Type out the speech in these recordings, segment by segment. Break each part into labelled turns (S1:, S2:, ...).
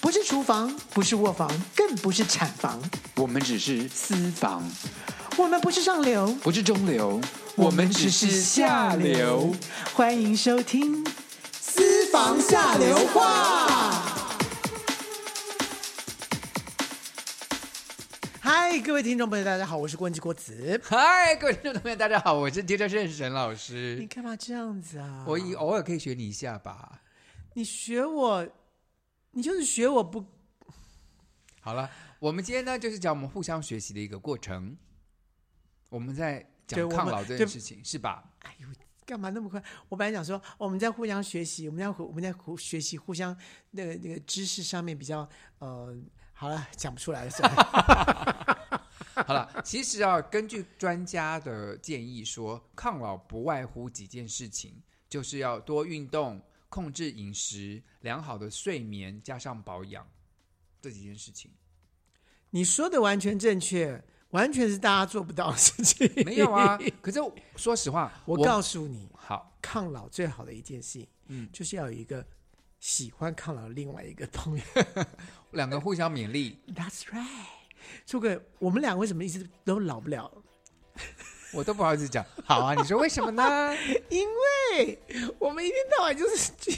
S1: 不是厨房，不是卧房，更不是产房，
S2: 我们只是私房，
S1: 我们不是上流，
S2: 不是中流，我们只是下流。。
S1: 欢迎收听《
S3: 私房下流话。
S1: 嗨，各位听众朋友，大家好，我是郭文吉郭子。
S2: 嗨，各位听众朋友，大家好，我是天车圣神老
S1: 你
S2: 师。
S1: 干嘛这样子啊？
S2: 我以偶尔可以学你一下吧。
S1: 你学我，你就是学我不
S2: 好了，我们今天呢，就是讲我们互相学习的一个过程。我们在
S1: 对
S2: 讲
S1: 我们
S2: 抗老这件事情，是吧？
S1: 干嘛那么快？我本来想说，哦我们在互相学习，我们在互我们在互学习互相那个那个知识上面比较呃，好了，讲不出来了，算 了。
S2: 好了，其实啊，根据专家的建议说，抗老不外乎几件事情，就是要多运动、控制饮食、良好的睡眠，加上保养这几件事情。
S1: 你说的完全正确，完全是大家做不到的事情。
S2: 没有啊，可是说实话，
S1: 我
S2: 我
S1: 告诉你，
S2: 好，
S1: 抗老最好的一件事情，
S2: 嗯
S1: 就是要有一个喜欢抗老的另外一个朋友。
S2: 两个互相勉励。
S1: That's right。这个我们俩为什么一直都老不了？
S2: 我都不好意思讲。好啊，你说为什么呢？
S1: 因为我们一天到晚就是 一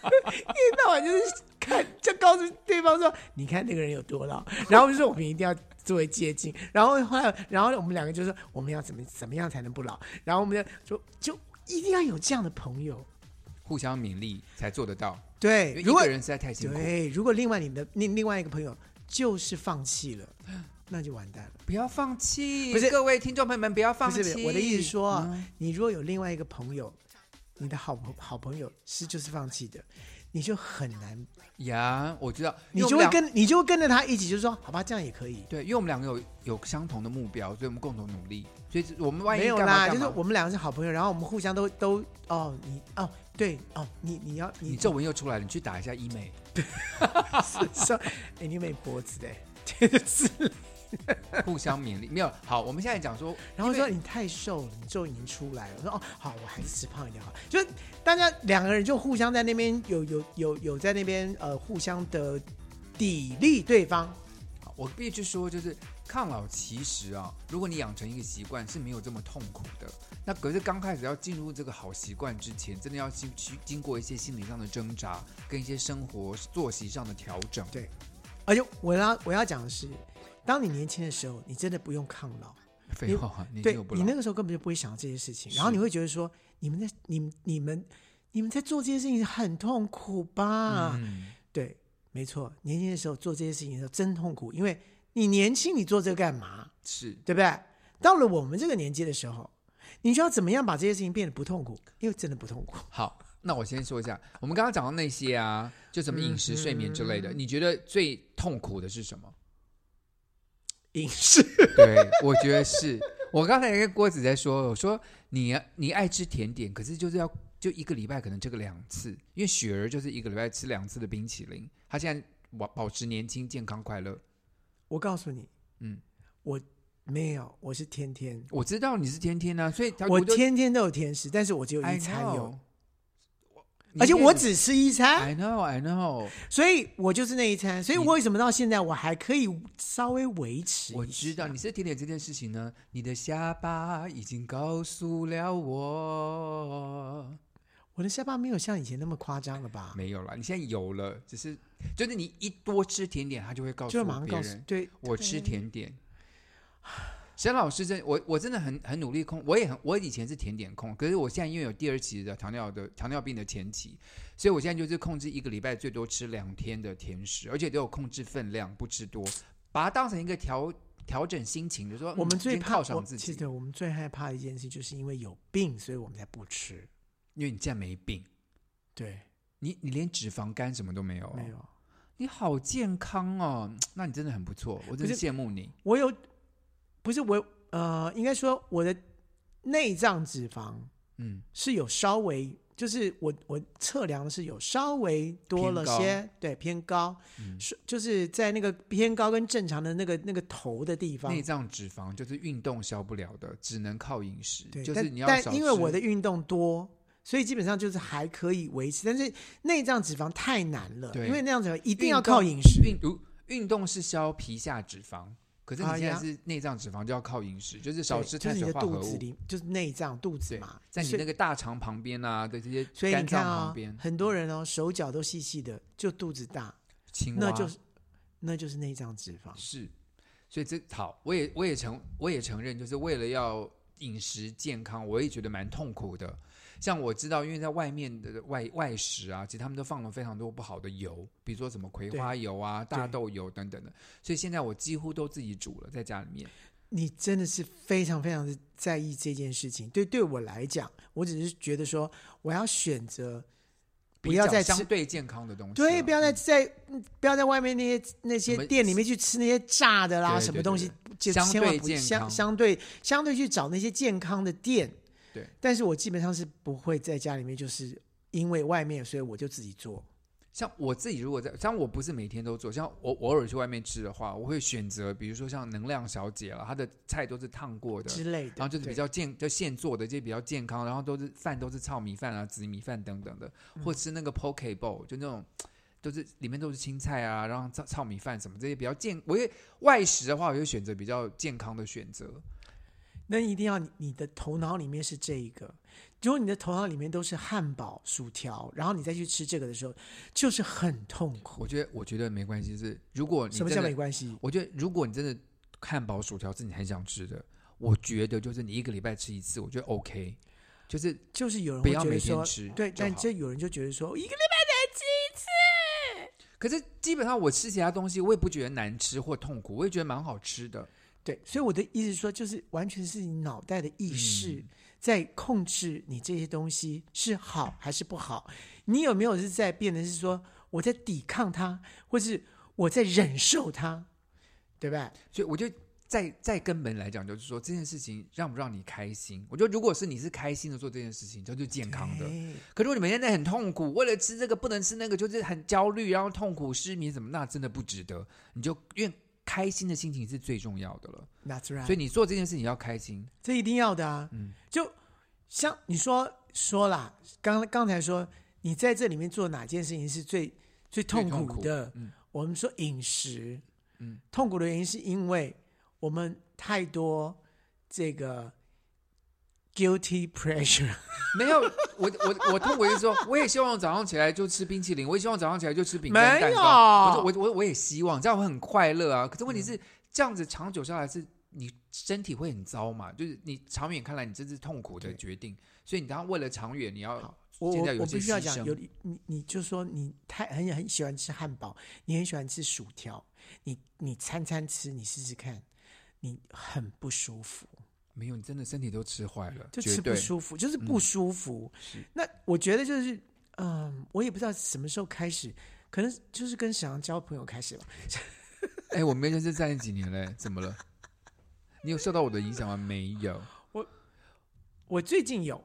S1: 天到晚就是看，就告诉对方说，你看那个人有多 老，然后我就说我们一定要作为接近，然后后来，然后我们两个就说我们要怎么怎么样才能不老，然后我们就就就一定要有这样的朋友。
S2: 互相勉励才做得到，因
S1: 对，
S2: 为一
S1: 如果
S2: 个人实在太辛苦。
S1: 对，如果另外你的另另外一个朋友就是放弃了，那就完蛋了。
S2: 不要放弃，
S1: 不是
S2: 各位听众朋友们，不要放
S1: 不
S2: 弃。
S1: 是不是，我的意思说啊，
S2: 嗯
S1: 你如果有另外一个朋友，你的好朋好朋友是就是放弃的，你就很难，
S2: 呀，我知道，
S1: 你
S2: 因为
S1: 就
S2: 我们
S1: 会
S2: 两
S1: 跟你就会跟着他一起，就说好吧，这样也可以。
S2: 对，因为我们两个有有相同的目标，所以我们共同努力。所以我们万一
S1: 没有
S2: 干嘛
S1: 啦，就
S2: 干
S1: 是
S2: 嘛
S1: 我们两个是好朋友，然后我们互相都都哦，你哦对哦，你你要
S2: 你
S1: 你
S2: 皱纹又出来了，你去打一下医美。
S1: 说，哎，你没脖子的，就是
S2: 互相勉励。没有好，我们现在讲说，
S1: 然后
S2: 因为
S1: 说你太瘦了，你皱已经出来了。我说哦，好，我还是吃胖一点好了。就是大家两个人就互相在那边有有有有在那边呃互相的砥砺对方。
S2: 好我必须说，就是抗老其实啊，如果你养成一个习惯是没有这么痛苦的。那可是刚开始要进入这个好习惯之前，真的要去去经过一些心理上的挣扎，跟一些生活作息上的调整。
S1: 而且我要我要讲的是，当你年轻的时候，你真的不用抗老，
S2: 废话，你
S1: 对
S2: 又不
S1: 你
S2: 老
S1: 那个时候根本就不会想这些事情，
S2: 是
S1: 然后你会觉得说，你们在你们你们你们在做这些事情很痛苦吧？
S2: 嗯
S1: 对，没错，年轻的时候做这些事情的时候真痛苦，因为你年轻，你做这个干嘛？
S2: 是
S1: 对不对？到了我们这个年纪的时候，你就要怎么样把这些事情变得不痛苦？因为真的不痛苦。
S2: 好。那我先说一下，我们刚刚讲到那些啊，就什么饮食、睡眠之类的，你觉得最痛苦的是什么？
S1: 饮食，
S2: 对，我觉得是。我刚才也跟郭子在说，我说你你爱吃甜点，可是就是要就一个礼拜可能这个两次，因为雪儿就是一个礼拜吃两次的冰淇淋，她现在保保持年轻、健康、快乐。
S1: 我告诉你，
S2: 嗯，
S1: 我没有，我是天天，
S2: 我知道你是天天啊，所以她
S1: 我
S2: 就
S1: 天天都有甜食，但是我只有
S2: I
S1: 一餐有
S2: know，，你
S1: 而且
S2: 应该
S1: 我
S2: 是
S1: 只吃一餐，
S2: I know I know，
S1: 所以我就是那一餐，所以
S2: 你
S1: 我为什么到现在我还可以稍微维持？
S2: 嗯我知道你，是甜点这件事情呢，你的下巴已经告诉了我。
S1: 我的下巴没有像以前那么夸张了吧？
S2: 没有啦，你现在有了，只是就是你一多吃甜点，他就会告诉
S1: 就会马上
S2: 别
S1: 告诉
S2: 人
S1: 对，
S2: 我吃甜点。沈老师真，我我真的很很努力控，我也很我以前是甜点控，可是我现在因为有第二期的糖尿的糖尿病的前期，所以我现在就是控制一个礼拜最多吃两天的甜食，而且都有控制分量，不吃多，把它当成一个调调整心情，就说
S1: 我们
S2: 嗯
S1: 最
S2: 今天
S1: 怕
S2: 犒
S1: 我
S2: 赏自
S1: 其
S2: 己
S1: 实，我们最害怕的一件事，就是因为有病，所以我们才不吃。
S2: 因为你现在没病，
S1: 对，
S2: 你你连脂肪肝什么都没有，
S1: 没有。
S2: 你好健康哦，那你真的很不错，我真
S1: 不
S2: 是
S1: 是
S2: 羡慕你。
S1: 我有，不是我，呃，应该说我的内脏脂肪
S2: 嗯，
S1: 是有稍微，就是我我测量的是有稍微多了
S2: 偏
S1: 些，对，偏高，
S2: 嗯
S1: 是就是在那个偏高跟正常的那个那个头的地方
S2: 内。脏脂肪就是运动消不了的，只能靠饮食，
S1: 对，
S2: 就
S1: 但
S2: 是你要少
S1: 但因为
S2: 吃
S1: 我的运动多，所以基本上就是还可以维持。但是内脏脂肪太难了，
S2: 对
S1: 因为内脏脂肪一
S2: 一
S1: 定要靠饮食。
S2: 运动运动是消皮下脂肪，可是你
S1: 哎
S2: 现在
S1: 呀
S2: 是内脏脂肪就要靠饮食，就是少
S1: 对
S2: 吃
S1: 就是
S2: 碳
S1: 你
S2: 水
S1: 的
S2: 化合
S1: 肚子
S2: 物。
S1: 里，就是内脏肚子
S2: 对
S1: 嘛，，
S2: 在你
S1: 所以
S2: 那个大肠旁边啊的这些
S1: 所以
S2: 肝
S1: 你
S2: 脏
S1: 看
S2: 旁
S1: 啊
S2: 边，，
S1: 很多人哦，手脚都细细的，就肚子大，
S2: 青蛙
S1: 那就是那就是内脏脂肪。
S2: 是，所以这好，我也我也承我也承认，就是为了要饮食健康，我也觉得蛮痛苦的。像我知道，因为在外面的外外食啊，其实他们都放了非常多不好的油，比如说什么葵
S1: 对
S2: 花油啊、大
S1: 对
S2: 豆油等等的，所以现在我几乎都自己煮了，在家里面。
S1: 你真的是非常非常的在意这件事情。对，对我来讲，我只是觉得说，我要选择不
S2: 比
S1: 要
S2: 较
S1: 再
S2: 相
S1: 吃
S2: 对健康的东西了，
S1: 对，不要再
S2: 再
S1: 在嗯不要在外面那些那
S2: 啊什么
S1: 些店里面去吃那些炸的啦，
S2: 对
S1: 什
S2: 对
S1: 么东西，就
S2: 相
S1: 千万
S2: 对
S1: 不
S2: 健
S1: 相
S2: 康
S1: 相对相对去找那些健康的店。
S2: 对，
S1: 但是我基本上是不会在家里面，就是因为外面，所以我就自己做。
S2: 像我自己如果在，像我不是每天都做，像我我偶尔去外面吃的话，我会选择比如说像能量小姐了，她的菜都是烫过的，
S1: 之类的，
S2: 然后就是比
S1: 对
S2: 较健就现做的，这些比较健康，然后都是饭都是糙米饭啊、紫米饭等等的，
S1: 嗯
S2: 或吃那个 poke bowl，就那种都是里面都是青菜啊，然后糙糙米饭什么这些比较健。我也外食的话，我会选择比较健康的选择。
S1: 那一定要你你的头脑里面是这一个。如果你的头脑里面都是汉堡、薯条，然后你再去吃这个的时候，就是很痛
S2: 我
S1: 苦。
S2: 觉得我觉得没关系，就是如果你
S1: 什么
S2: 真
S1: 叫
S2: 的
S1: 没关系？
S2: 我觉得如果你真的汉堡、薯条是你很想吃的，我觉得就是你一个礼拜吃一次，我觉得 OK。就是
S1: 就是有人
S2: 不
S1: 会
S2: 要
S1: 觉
S2: 每
S1: 得
S2: 天
S1: 说
S2: 吃，
S1: 对，
S2: 就
S1: 但
S2: 好
S1: 这有人就觉得说，一个
S2: 可是基本上我吃其他东西，我也不觉得难吃或痛苦，我也觉得蛮好吃的。
S1: 对，所以我的意思是说，就是完全是你脑袋的意识
S2: 嗯
S1: 在控制你这些东西是好还是不好。你有没有是在变得是说我在抵抗它，或是我在忍受它，对吧？
S2: 所以我就再再根本来讲，就是说这件事情让不让你开心。我觉得如果是你是开心的做这件事情，这就是健康的。
S1: 哎
S2: 可如果你每天在很痛苦，为了吃这个不能吃那个，就是很焦虑，然后痛苦失眠什么，那真的不值得。你就因为开心的心情是最重要的了，
S1: ，That's right。
S2: 所以你做这件事情要开心。
S1: 这一定要的啊。
S2: 嗯
S1: 就像你说说啦，刚刚才说你在这里面做哪件事情是最最痛
S2: 最痛
S1: 苦
S2: 苦
S1: 的？
S2: 嗯
S1: 我们说饮食，
S2: 嗯，
S1: 痛苦的原因是因为我们太多这个 guilty pressure。
S2: 没有，我我我痛苦就是说，我也希望早上起来就吃冰淇淋，我也希望早上起来就吃饼干
S1: 没
S2: 蛋
S1: 有嗯
S2: 糕。我就我我我也希望，这样我很快乐啊。可是问题是，这样子长久下来是你身体会很糟嘛？就是你长远看来，你这是痛苦的决定，所以你当然为了长远，你要
S1: 好我
S2: 现在
S1: 我
S2: 有
S1: 我
S2: 一些
S1: 必须要
S2: 牺牲
S1: 讲，有你你就说你太很很喜欢吃汉堡，你很喜欢吃薯条，你你餐餐吃，你试试看，你很不舒服。
S2: 没有，你真的身体都吃坏了，
S1: 就
S2: 绝
S1: 吃不
S2: 对嗯
S1: 舒服，就是不舒服。那我觉得就是，嗯，我也不知道什么时候开始，可能就是跟沈阳交朋友开始吧。
S2: 哎，我们认识在一起几年嘞，怎么了？你有受到我的影响吗？没有，
S1: 我最近有，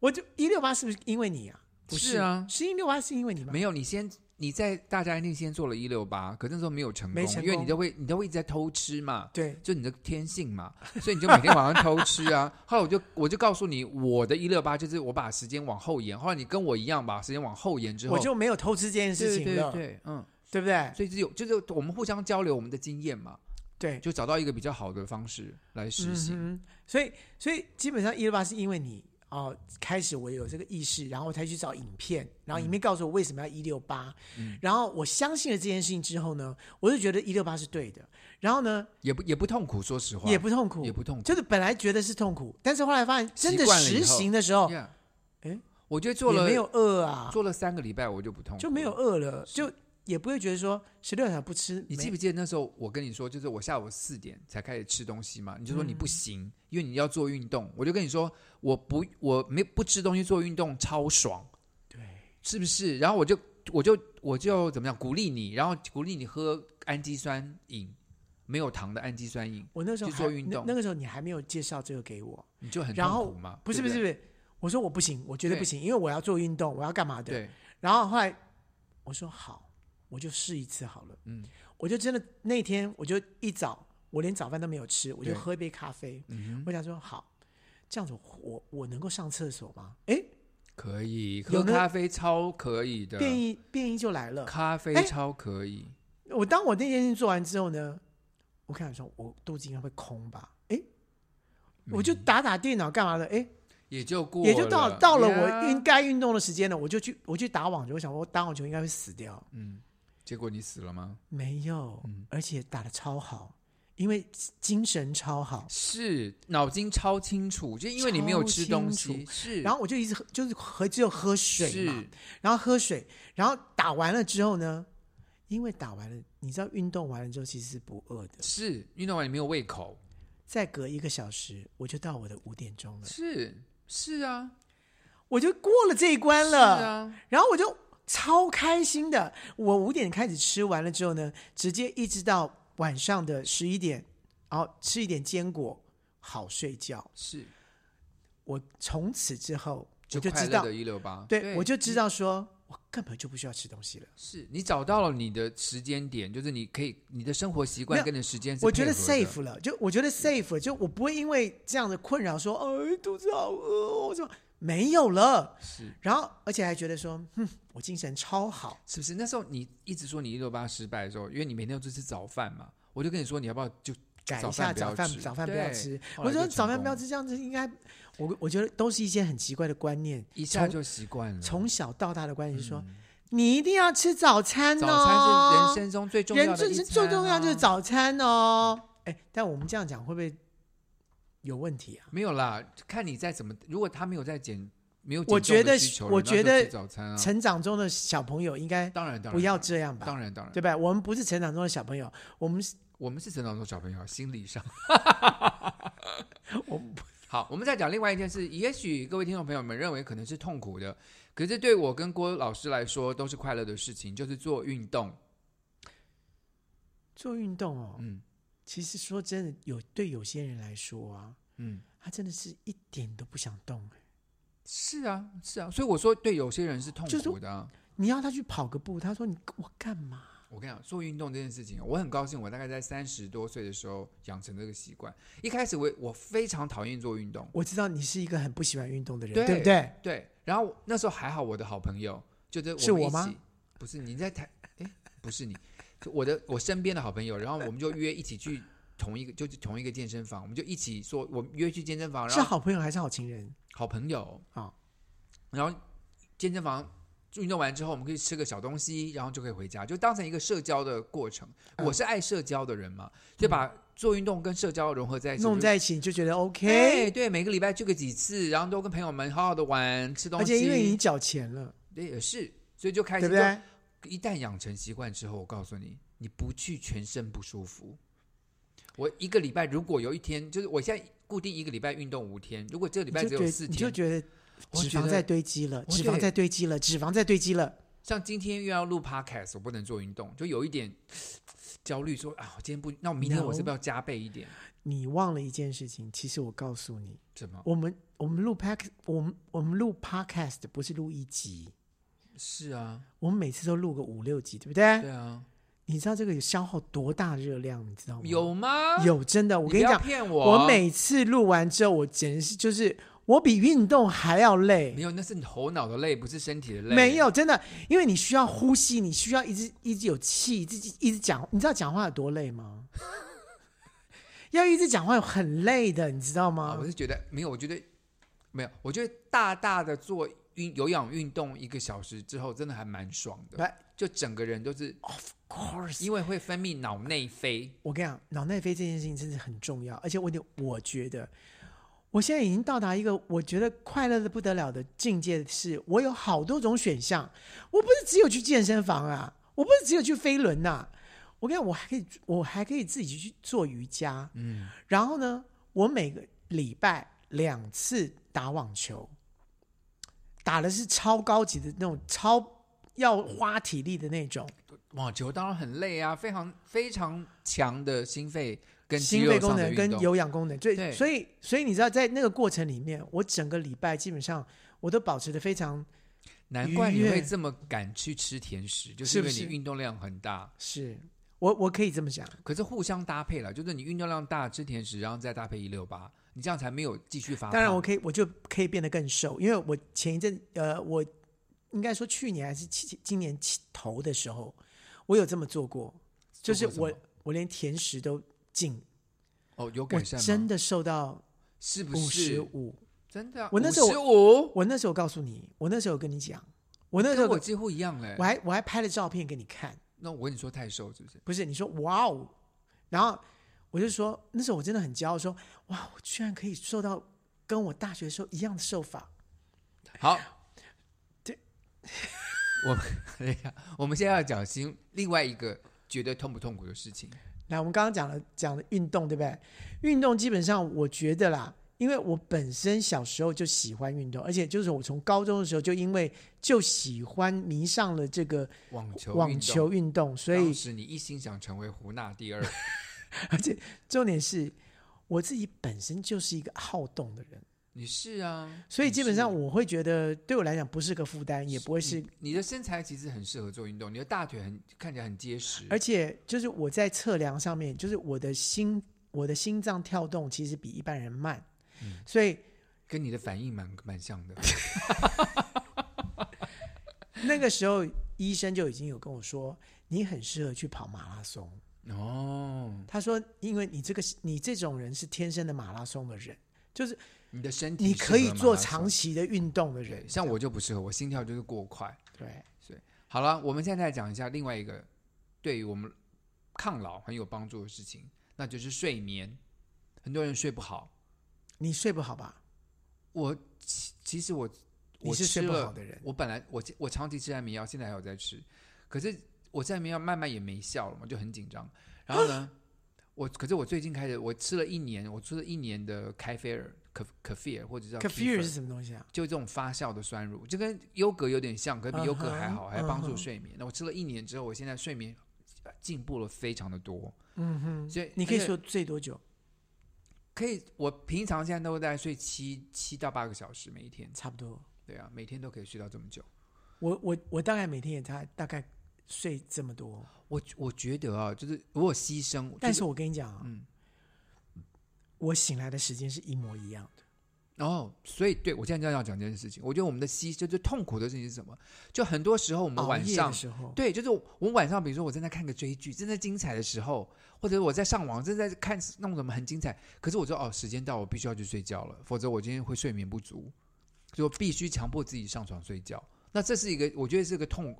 S1: 我就一六八是不是因为你啊？不
S2: 是啊
S1: 是一六八是因为你吗？
S2: 没有。你先你在大家一定先做了一六八，可是那时候没有成功，
S1: 没成
S2: 因为
S1: 功
S2: 你都会你都会一直在偷吃嘛。
S1: 对，
S2: 就你的天性嘛，所以你就每天晚上偷吃 啊。后来我就我就告诉你，我的一六八就是我把时间往后延。后来你跟我一样把时间往后延之后，
S1: 我就没有偷吃这件
S2: 对
S1: 事情了，
S2: 对对，嗯，
S1: 对不对？
S2: 所以就有就是我们互相交流我们的经验嘛，
S1: 对，
S2: 就找到一个比较好的方式来实行。
S1: 嗯哼，所以所以基本上一六八是因为你哦，开始我有这个意识，然后我才去找影片，然后影
S2: 嗯
S1: 片告诉我为什么要一六八，然后我相信了这件事情之后呢，我就觉得一六八是对的，然后呢
S2: 也不也不痛苦，说实话，
S1: 也不痛苦，
S2: 也不痛苦
S1: 就是本来觉得是痛苦，但是后来发现真的
S2: 习惯了以后
S1: 实行的时候，
S2: Yeah
S1: 诶
S2: 我觉得做
S1: 也
S2: 了
S1: 没有饿啊，
S2: 做了三个礼拜，我就不痛苦
S1: 就没有
S2: 了。
S1: 饿了，就也不会觉得说十六小不吃，
S2: 你
S1: 没
S2: 记不记得那时候我跟你说，就是我下午四点才开始吃东西嘛？你就说
S1: 嗯
S2: 你不行，因为你要做运动。我就跟你说，我不我没不吃东西做运动超爽，
S1: 对，
S2: 是不是？然后我就我就我就怎么样鼓励你，然后鼓励你喝氨基酸饮，没有糖的氨基酸饮，
S1: 我那时候
S2: 去
S1: 还
S2: 做运动
S1: 那，那个时候你还没有介绍这个给我，
S2: 你就很
S1: 然
S2: 痛
S1: 后
S2: 苦嘛？
S1: 不是不
S2: 对不
S1: 是不是，我说我不行，我绝对
S2: 对
S1: 不行，因为我要做运动，我要干嘛的。
S2: 对，
S1: 然后后来我说好，我就试一次好了。
S2: 嗯，
S1: 我就真的那天我就一早，我连早饭都没有吃，我就
S2: 对
S1: 喝一杯咖啡。
S2: 嗯哼，
S1: 我想说好，这样子我我能够上厕所吗？诶，
S2: 可以
S1: 有
S2: 喝
S1: 呢
S2: 咖啡超可以的，
S1: 变异变异就来了。
S2: 咖啡
S1: 哎
S2: 超可以。
S1: 我当我那件事情做完之后呢，我看说，我肚子应该会空吧？哎，我就打打电脑干嘛的？哎，
S2: 也就过了，
S1: 也就到到了我
S2: Yeah
S1: 应该运动的时间了，我就去我去打网球，我想我打网球应该会死掉，
S2: 嗯，结果你死了吗？
S1: 没有
S2: 嗯，
S1: 而且打的超好，因为精神超好。
S2: 是脑筋超清楚，就因为你没有吃东西，是，
S1: 然
S2: 后
S1: 后我就一直喝，就是喝，只有喝水嘛
S2: 是，，
S1: 然后喝水，然后打完了之后呢，因为打完了，你知道运动完了之后其实是不饿的，
S2: 是运动完你没有胃口，
S1: 再隔一个小时我就到我的五点钟了，
S2: 是是啊，
S1: 我就过了这一关
S2: 是
S1: 了，
S2: 啊，
S1: 然后我就超开心的，我五点开始吃完了之后呢，直接一直到晚上的十一点，然后吃一点坚果，好睡觉。
S2: 是，
S1: 我从此之后我
S2: 就
S1: 就
S2: 快
S1: 知
S2: 乐嗯
S1: 道
S2: 的，一六八，
S1: 对我就知道说我根本就不需要吃东西了。
S2: 是你找到了你的时间点，就是你可以你的生活习惯
S1: 没有
S2: 跟你的时间是
S1: 我觉
S2: 配
S1: 得
S2: 合的
S1: safe 了，就我觉得 safe，了就我不会因为这样的困扰说，哎，肚子好饿哦，我说没有了，
S2: 是
S1: 然后而且还觉得说，哼，我精神超好，
S2: 是不是？那时候你一直说你一六八失败的时候，因为你每天都只吃早饭嘛，我就跟你说你要不要就
S1: 改
S2: 早
S1: 一下
S2: 饭不要
S1: 早饭
S2: 吃，
S1: 早饭不要
S2: 对
S1: 吃。我
S2: 后来就
S1: 说
S2: 成
S1: 早饭
S2: 功
S1: 不要
S2: 了
S1: 吃，这样子应该，我我觉得都是一些很奇怪的观念，
S2: 一下
S1: 从
S2: 就习惯了。
S1: 从小到大的观念是说，你一定要吃早餐哦，
S2: 嗯早餐是人生中最重要的
S1: 人
S2: 一餐啊、嗯
S1: 最最重要就是早餐哦。哎，但我们这样讲会不会有问题啊？
S2: 没有啦，看你在怎么。如果他没有在减，没有减
S1: 我
S2: 重
S1: 觉
S2: 的
S1: 得
S2: 需求了，
S1: 我
S2: 那
S1: 觉
S2: 就吃
S1: 得
S2: 早餐啊，
S1: 成长中的小朋友应该
S2: 当然当然
S1: 不要这样吧
S2: 当，然当然，
S1: 对吧？我们不是成长中的小朋友，我们是
S2: 我们是成长中小朋友，心理上。
S1: 我们不
S2: 好，我们再讲另外一件事，也许各位听众朋友们认为可能是痛苦的，可是对我跟郭老师来说都是快乐的事情，就是做运动。
S1: 做运动哦。
S2: 嗯
S1: 其实说真的，有对有些人来说啊，
S2: 嗯，
S1: 他真的是一点都不想动。哎
S2: 是啊是啊，所以我说对有些人是痛
S1: 就是
S2: 苦的、啊。
S1: 你要他去跑个步，他说你我干嘛？
S2: 我跟你讲，做运动这件事情，我很高兴，我大概在三十多岁的时候养成这个习惯。一开始我我非常讨厌做运动，
S1: 我知道你是一个很不喜欢运动的人，
S2: 对
S1: 对不对？
S2: 对，然后那时候还好，我的好朋友就是
S1: 是
S2: 们
S1: 我
S2: 一
S1: 吗
S2: 起？不是你在台，哎，不是你，就我的我身边的好朋友，然后我们就约一起去同一个，就是同一个健身房，我们就一起说，我们约去健身房，然
S1: 是
S2: 后
S1: 好朋友还是好情人？
S2: 好朋友
S1: 哦
S2: 然后健身房运动完之后，我们可以吃个小东西，然后就可以回家，就当成一个社交的过程。
S1: 嗯
S2: 我是爱社交的人嘛，就把做运动跟社交融合在一起，
S1: 弄
S2: 就
S1: 在一起你就觉得 OK，、
S2: 哎，对，每个礼拜聚个几次，然后都跟朋友们好好的玩，吃东
S1: 而
S2: 西。
S1: 且因为你缴钱了，
S2: 对，也是，所以就开
S1: 对
S2: 始
S1: 不对？
S2: 就一旦养成习惯之后，我告诉你，你不去全身不舒服。我一个礼拜如果有一天，就是我现在固定一个礼拜运动五天，如果这个礼
S1: 你
S2: 拜
S1: 就
S2: 只
S1: 觉
S2: 有
S1: 得
S2: 四
S1: 你就
S2: 天，
S1: 觉得
S2: 我
S1: 脂
S2: 觉
S1: 肪
S2: 得
S1: 在堆积了，
S2: 我
S1: 脂
S2: 觉
S1: 肪
S2: 得
S1: 在堆积了，脂肪在堆积了。
S2: 像今天又要录 podcast，我不能做运动，就有一点焦虑说，啊，我今天不，那我明天
S1: No
S2: 我是不是要加倍一点？
S1: 你忘了一件事情，其实我告诉你，
S2: 怎么？
S1: 我们我们录 pack，我们我们录 podcast 不是录一集，
S2: 是啊，
S1: 我们每次都录个五六集，对不对？
S2: 对啊，
S1: 你知道这个有消耗多大热量，你知道吗？
S2: 有啊吗？，
S1: 有真的，我跟你讲，
S2: 骗
S1: 我
S2: 我，啊
S1: 每次录完之后，我简直是就是我比运动还要
S2: 没
S1: 累。
S2: 有，那是你头脑的累，不是身体的累，
S1: 没，有，真的，因为你需要呼吸，你需要一直一直有气，一直一直讲。你知道讲话有多累吗？ 要一直讲话很累的，你知道
S2: 啊，
S1: 吗
S2: 我？是觉得没有，我觉得没有，我觉得大大的做运有氧运动一个小时之后，真的还蛮爽的
S1: 来，
S2: 就整个人都是
S1: of course，
S2: 因为会分泌脑内啡，
S1: 我跟你讲，脑内啡这件事情真的很重要，而且我我觉得，我现在已经到达一个我觉得快乐的不得了的境界，是我有好多种选项，我不是只有去健身房啊，我不是只有去飞轮呐、我跟你讲，我还可以，我还可以自己去做瑜伽，嗯，然后呢，我每个礼拜两次打网球，打的是超高级的那种，超要花体力的那种。
S2: 网球当然很累啊，非常非常强的心肺跟肌
S1: 心
S2: 肉
S1: 肺
S2: 上
S1: 功
S2: 的
S1: 能
S2: 运
S1: 跟
S2: 动
S1: 有氧功能，所
S2: 对
S1: 以所以所以你知道，在那个过程里面，我整个礼拜基本上我都保持的非常
S2: 难怪你
S1: 愉
S2: 会
S1: 悦
S2: 这么敢去吃甜食，就是
S1: 是
S2: 因
S1: 不
S2: 为你
S1: 是
S2: 运动量很大。
S1: 是，我我可以这么讲，
S2: 可是互相搭配了，就是你运动量大吃甜食，然后再搭配一六八，你这样才没有继续发胖。
S1: 当然，我可以，我就可以变得更瘦，因为我前一阵，呃，我应该说去年还是今今年起头的时候，我有这么做过，就是
S2: 做过
S1: 我
S2: 什么
S1: 我连甜食都禁，
S2: 哦有
S1: 我
S2: 改善吗？
S1: 真的瘦到
S2: 是不
S1: 五十
S2: 是
S1: 五。
S2: 真的啊？
S1: 我那时候
S2: 十五，
S1: 我那时候告诉你，我那时候跟你讲，我那时
S2: 跟
S1: 候
S2: 我几乎一样嘞
S1: 我。还我还拍了照片给你看，
S2: 那我跟你说太瘦是不是？
S1: 不是你说哇哦，然后我就说那时候我真的很骄傲，说哇，我居然可以瘦到跟我大学的时候一样的瘦法。
S2: 好， 我们等一下，我们现在要讲新另外一个觉得痛不痛苦的事情。
S1: 来，我们刚刚讲了讲了运动，对不对？运动基本上我觉得啦，因为我本身小时候就喜欢运动，而且就是我从高中的时候就因为就喜欢迷上了这个
S2: 网球运动，
S1: 网球运动，所以
S2: 当时你一心想成为胡娜第二，
S1: 而且重点是我自己本身就是一个好动的人，
S2: 你是啊，
S1: 所以基本上
S2: 你是
S1: 我会觉得对我来讲不是个负担，也不会是，
S2: 你的身材其实很适合做运动，你的大腿很看起来很结实，
S1: 而且就是我在测量上面，就是我的心我的心脏跳动其实比一般人慢，
S2: 嗯
S1: 所以
S2: 跟你的反应蛮蛮 像的。
S1: 那个时候，医生就已经有跟我说，你很适合去跑马拉松。
S2: 哦，
S1: 他说，因为你这个你这种人是天生的马拉松的人，就是
S2: 你的身体
S1: 你可以做
S2: 长
S1: 长期的运动的人
S2: 对，。像我就不适合，我心跳就是过快。
S1: 对，
S2: 好了，我们现在来讲一下另外一个对于我们抗老很有帮助的事情，那就是睡眠。很多人睡不好，
S1: 你睡不好吧？
S2: 我其其实我
S1: 你
S2: 我
S1: 是睡
S2: 吃
S1: 不
S2: 了
S1: 好的人。
S2: 我本来我我长期吃安眠药，现在还有在吃，可是我吃安眠药慢慢也没效了嘛，就很紧张。然后呢，我可是我最近开始，我吃了一年，我吃了一年的开菲尔可可菲尔或者叫
S1: Kefir
S2: kefir
S1: 是什么东西啊？
S2: 就这种发酵的酸乳，就跟优格有点像，可是比优格还好
S1: 嗯哼
S2: 还帮助
S1: 嗯哼
S2: 睡眠。那、我吃了一年之后，我现在睡眠呃进步了非常的多。
S1: 嗯哼，
S2: 所以
S1: 你可以
S2: 而且
S1: 说最多久？
S2: 可以，我平常现在都在睡七七到八个小时每一天，
S1: 差不多。
S2: 对啊，每天都可以睡到这么久。
S1: 我我我大概每天也大大概睡这么多，
S2: 我我觉得啊，就是如果牺牲，就是
S1: 但是我跟你讲啊，
S2: 嗯
S1: 我醒来的时间是一模一样的。
S2: 哦，所以对我现在就要讲这件事情。我觉得我们的牺就是痛苦的事情是什么？就很多时候我们
S1: 熬
S2: 嗯晚
S1: 夜的
S2: 上，
S1: 时候，
S2: 对，就是我们晚上，比如说我正在看个追剧，正在精彩的时候，或者我在上网正在看弄什么很精彩，可是我说哦，时间到，我必须要去睡觉了，否则我今天会睡眠不足，所以我必须强迫自己上床睡觉。那这是一个，我觉得是个痛，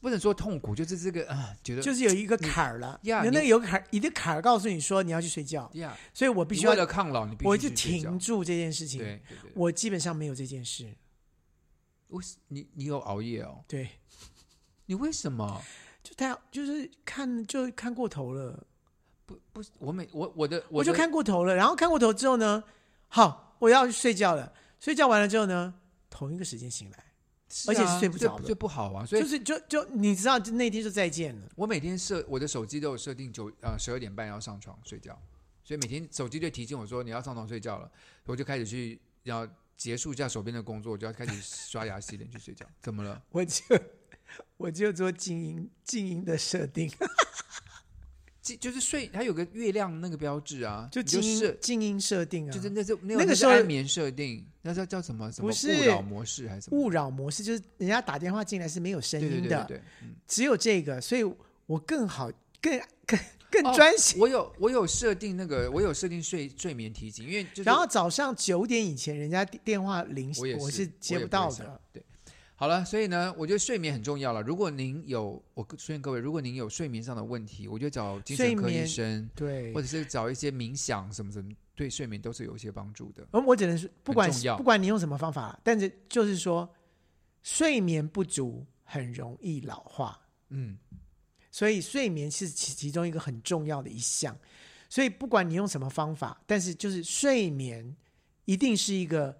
S2: 不能说痛苦，就是这个啊、觉得
S1: 就是有一个坎儿了，
S2: 你呀
S1: 那
S2: 你
S1: 那个有坎儿，一个坎儿告诉你说你要去睡觉，
S2: 呀，
S1: 所以我必须
S2: 你为
S1: 要，
S2: 了抗老，你必须
S1: 我就
S2: 去睡觉
S1: 停住这件事
S2: 对
S1: 情。
S2: 对对对，
S1: 我基本上没有这件事，
S2: 我你你有熬夜哦？
S1: 对，
S2: 你为什么？
S1: 就他就是看就看过头了，
S2: 不不是，我每我我的
S1: 我
S2: 我
S1: 就
S2: 的
S1: 看过头了，然后看过头之后呢，好，我要去睡觉了，睡觉完了之后呢，同一个时间醒来，
S2: 是
S1: 而且
S2: 啊
S1: 是睡不
S2: 这
S1: 着的
S2: 这不好啊。所以
S1: 就是就就你知道，就那天就再见了。
S2: 我每天设我的手机都有设定九呃十二点半要上床睡觉，所以每天手机就提醒我说你要上床睡觉了，我就开始去要结束一下手边的工作，我就要开始刷牙洗脸去 睡觉。怎么了？
S1: 我就我就做静音静音的设定，
S2: 就就是睡，它有个月亮那个标志啊，
S1: 就
S2: 你就
S1: 静
S2: 是
S1: 音静音设定啊，
S2: 就是那是那
S1: 那个
S2: 是
S1: 时候
S2: 安眠设定，那叫叫什么什么
S1: 不是
S2: 勿扰模式还是什么？
S1: 勿扰模式，就是人家打电话进来是没有声
S2: 对对
S1: 音
S2: 对
S1: 的
S2: 对，对，嗯。
S1: 只有这个，所以我更好、更更更
S2: 哦
S1: 专心。
S2: 我有我有设定那个，我有设定睡睡眠提醒，因为就是
S1: 然后早上九点以前，人家电电话铃
S2: 我也是
S1: 是接
S2: 我也
S1: 不
S2: 不
S1: 到
S2: 会想
S1: 的。
S2: 好了，所以呢，我觉得睡眠很重要了。如果您有，我跟劝各位，如果您有睡眠上的问题，我觉得找精神科
S1: 睡
S2: 医
S1: 眠
S2: 生，
S1: 对
S2: 或，者是找一些冥想什么什么，对睡眠都是有一些帮助的。
S1: 而我只能说，不管
S2: 很重要
S1: 不管你用什么方法，但是就是说，睡眠不足很容易老化，
S2: 嗯，
S1: 所以睡眠是其其中一个很重要的一项。所以不管你用什么方法，但是就是睡眠一定是一个，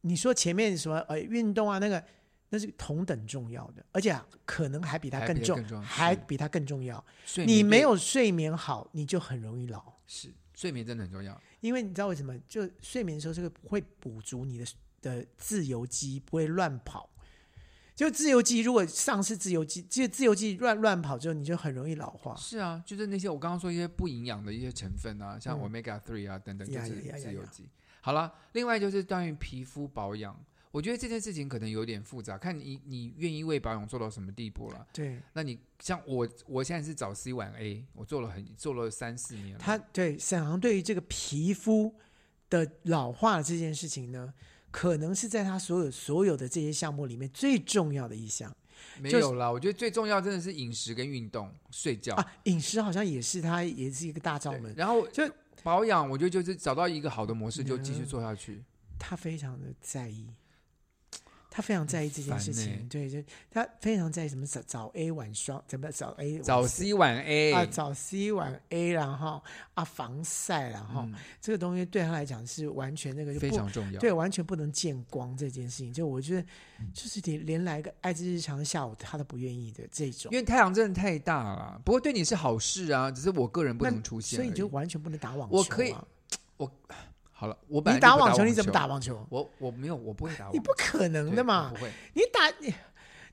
S1: 你说前面什么呃运动啊那个，那是同等重要的，而且、啊、可能还比它
S2: 还
S1: 更
S2: 比它
S1: 重，
S2: 更重要
S1: 还
S2: 是
S1: 比它更重要。
S2: 睡眠
S1: 你没
S2: 对
S1: 有睡眠好，你就很容易老，
S2: 是睡眠真的很重要。
S1: 因为你知道为什么？就睡眠的时候，这个会补足你的的自由基，不会乱跑。就自由基，如果丧失自由基，这自由基乱乱跑之后，你就很容易老化。
S2: 是啊，就是那些我刚刚说一些不营养的一些成分啊，像
S1: 嗯
S2: omega three 啊等等，就
S1: 呀
S2: 是
S1: 呀呀呀
S2: 自由
S1: 呀
S2: 基。好了，另外就是关于皮肤保养，我觉得这件事情可能有点复杂，看你你愿意为保养做到什么地步了。
S1: 对
S2: 那你像我，我现在是早 C 晚 A，我做了很做了三四年了。
S1: 他，对沈航对于这个皮肤的老化这件事情呢，可能是在他所有所有的这些项目里面最重要的一项
S2: 没
S1: 就是
S2: 有啦，我觉得最重要真的是饮食跟运动、睡觉。
S1: 啊。饮食好像也是他，也是一个大罩
S2: 哦对
S1: 门。
S2: 然后
S1: 就嗯
S2: 保养，我觉得就是找到一个好的模式就继续做下去。
S1: 他非常的在意，他非常在意这件
S2: 很
S1: 事
S2: 烦
S1: 情。
S2: 欸
S1: 对，就他非常在意什么早早 A 晚霜，怎么早 A 晚
S2: 早 C 晚 A，、
S1: 啊，早 C 晚 A，然后啊防晒，然后、
S2: 嗯
S1: 这个东西对他来讲是完全那个就
S2: 非
S1: 不
S2: 常重要。
S1: 对，完全不能见光这件事情。就我觉得，
S2: 嗯
S1: 就是连连来个爱之日常的下午他都不愿意的这种
S2: 因，为太阳真的太大了，不过对你是好事啊，只是我个人不
S1: 那
S2: 能出现
S1: 所
S2: 而已。
S1: 以你就完全不能打网球、啊。
S2: 我可以好了，我本
S1: 你
S2: 来就不打
S1: 网球你怎么打？网球？
S2: 我我没有，我不会打网
S1: 你
S2: 球，
S1: 不可能
S2: 对
S1: 的嘛
S2: 我！不会，
S1: 你打你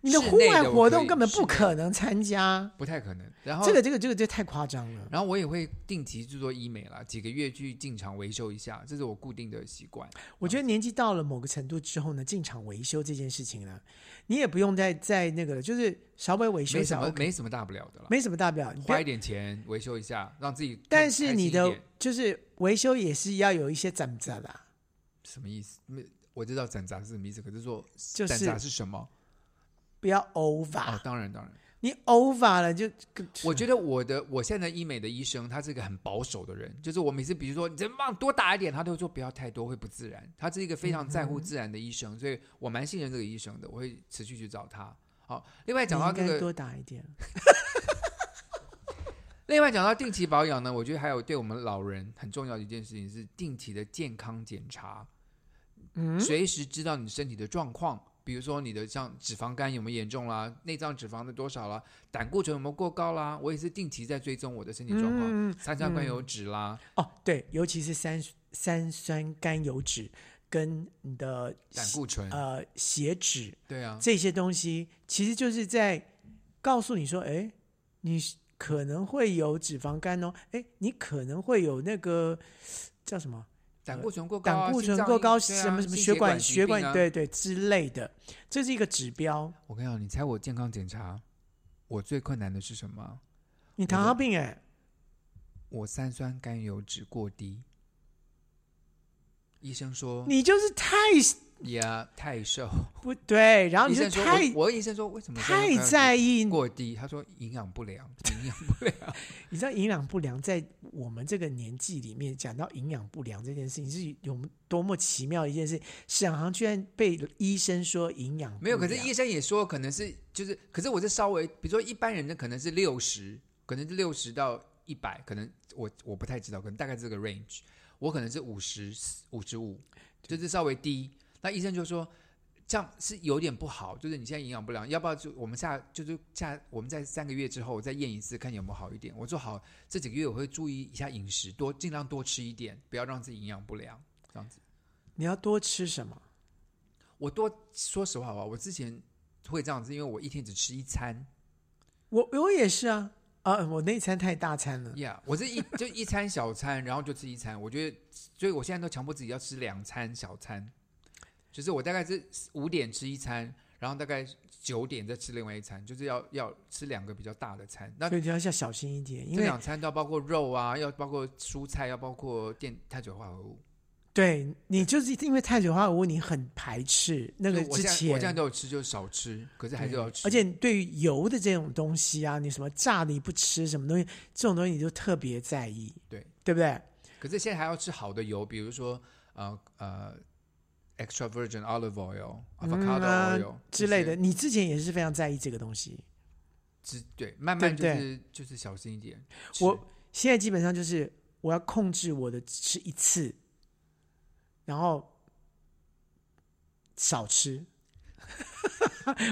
S1: 你的
S2: 室
S1: 户
S2: 内
S1: 外
S2: 的我
S1: 活
S2: 可
S1: 动
S2: 以
S1: 根本
S2: 室
S1: 不
S2: 内
S1: 可能参加。
S2: 不太可能。然后
S1: 这个这个这个这太夸张了。
S2: 然后我也会定期制作医美啦，几个月去进场维修一下，这是我固定的习惯。
S1: 我觉得年纪到了某个程度之后呢，进场维修这件事情呢，你也不用再再那个了，就是稍微维修
S2: 没
S1: 一
S2: 什
S1: 下
S2: 么
S1: OK，
S2: 没什么大不了的啦，
S1: 没什么大不了。你不要
S2: 花一点钱维修一下，让自己开
S1: 但是你
S2: 开
S1: 的
S2: 心一点
S1: 就是维修也是要有一些怎么着啦，
S2: 什么意思？没我知道斩杂是什么意思，可是说
S1: 就
S2: 斩
S1: 是
S2: 杂是什么？
S1: 不要
S2: 哦
S1: over，，
S2: 当然当然。
S1: 你 over 了就
S2: 我觉得我的我现在医美的医生，他是一个很保守的人，就是我每次比如说你再往多打一点，他都会说不要太多，会不自然。他是一个非常在乎自然的医生，所以我蛮信任这个医生的，我会持续去找他。好，另外讲到
S1: 你
S2: 这
S1: 应该
S2: 个，
S1: 多打一点，
S2: 另外讲到定期保养呢，我觉得还有对我们老人很重要的一件事情是定期的健康检查，
S1: 嗯，
S2: 随时知道你身体的状况。比如说你的像脂肪肝有没有严重啦，内脏脂肪的多少啦，胆固醇有没有过高啦，我也是定期在追踪我的身体状况，
S1: 嗯
S2: 三酸甘油脂啦，
S1: 哦对，尤其是三三酸甘油脂跟你的
S2: 胆固醇，
S1: 呃血脂
S2: 对啊，
S1: 这些东西，其实就是在告诉你说，哎，你是可能会有脂肪肝哦，哎，你可能会有那个叫什么
S2: 胆固醇过高啊、
S1: 胆固
S2: 心
S1: 醇
S2: 脏
S1: 过高，
S2: 对啊
S1: 什么什么
S2: 心
S1: 血管
S2: 疾
S1: 血
S2: 病
S1: 管
S2: 啊。嗯
S1: 对对之类的，这是一个指标。
S2: 我跟你讲，你猜我健康检查，我最困难的是什么？
S1: 你糖尿病哎，
S2: 我三酸甘油脂过低。医生说
S1: 你就是太
S2: 呀，太瘦。
S1: 不对，然后
S2: 医
S1: 啊你就
S2: 生说，
S1: 太
S2: 我我问医生说为什么三酸甘
S1: 太
S2: 油脂
S1: 在意，
S2: 过低？他说营养不良，营养不良。
S1: 你知道营养不良在我们这个年纪里面讲到营养不良这件事情是有多么奇妙的一件事，沈航居然被医生说营养不
S2: 没有，可是
S1: 良
S2: 医生也说可能是就是，可是我是稍微，比如说一般人的可能是六十，可能是六十到一百，可能我我不太知道，可能大概这个 range，我可能是五十五十五，就是稍微低。那医生就说这样是有点不好，就是你现在营养不良，要不要就我们下就是下我们在三个月之后我再验一次，看有没有好一点。我说好，这几个月我会注意一下饮食，多尽量多吃一点，不要让自己营养不良，这样子。
S1: 你要多吃什么？
S2: 我多说实话吧，我之前会这样子，因为我一天只吃一餐，
S1: 我我也是啊啊！我那一餐太大餐了，
S2: 呀、我是一 就一餐小餐，然后就吃一餐。我觉得，所以我现在都强迫自己要吃两餐小餐，就是我大概是五点吃一餐，然后大概九点再吃另外一餐，就是要要吃两个比较大的餐。那
S1: 所以你要要小心一点，因
S2: 这
S1: 为
S2: 两餐都要包括肉啊，要包括蔬菜，要包括电碳水化合物。
S1: 对你就是因为碳水化合物你很排斥那个
S2: 就我
S1: 之
S2: 现在我现在
S1: 前。
S2: 都有吃，就少吃，可是还是要吃。
S1: 而且对于油的这种东西啊，你什么炸的你不吃，什么东西这种东西你就特别在意，
S2: 对
S1: 对不对？
S2: 可是现在还要吃好的油，比如说呃呃，extra virgin olive oil、avocado
S1: 啊
S2: oil
S1: 之类
S2: 这
S1: 的。
S2: 些，
S1: 你之前也是非常在意这个东西，
S2: 之对，慢慢就
S1: 对
S2: 是
S1: 不
S2: 就是小心一点。
S1: 我
S2: 吃
S1: 现在基本上就是我要控制我的吃一次，然后少吃。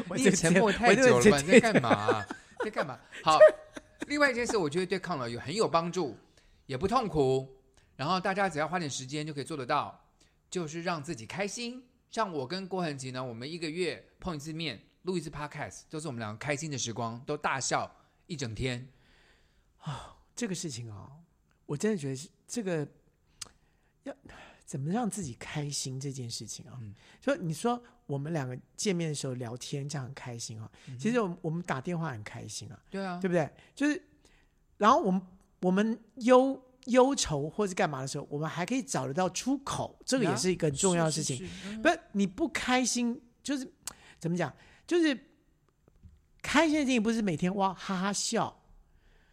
S1: 我这
S2: 你也
S1: 个
S2: 沉
S1: 节
S2: 默
S1: 我
S2: 太
S1: 这
S2: 久
S1: 个
S2: 了
S1: 节
S2: 吧？你在干嘛啊、在干嘛？好，另外一件事，我觉得对抗老有很有帮助，也不痛苦。然后大家只要花点时间就可以做得到，就是让自己开心。像我跟郭恒吉呢，我们一个月碰一次面，录一次 podcast，都是我们两个开心的时光，都大笑一整天。
S1: 这个事情哦，我真的觉得是这个要怎么让自己开心这件事情啊、
S2: 嗯
S1: 所以你说我们两个见面的时候聊天，这样很开心啊、
S2: 嗯
S1: 其实我们我们打电话很开心啊，
S2: 对啊，
S1: 对不对？就是，然后我们我们忧忧愁或是干嘛的时候，我们还可以找得到出口，这个也
S2: 呀
S1: 是一个很重要的事情。
S2: 是，是是嗯
S1: 不，你不开心就是怎么讲？就是开心的事情不是每天哇哈哈笑，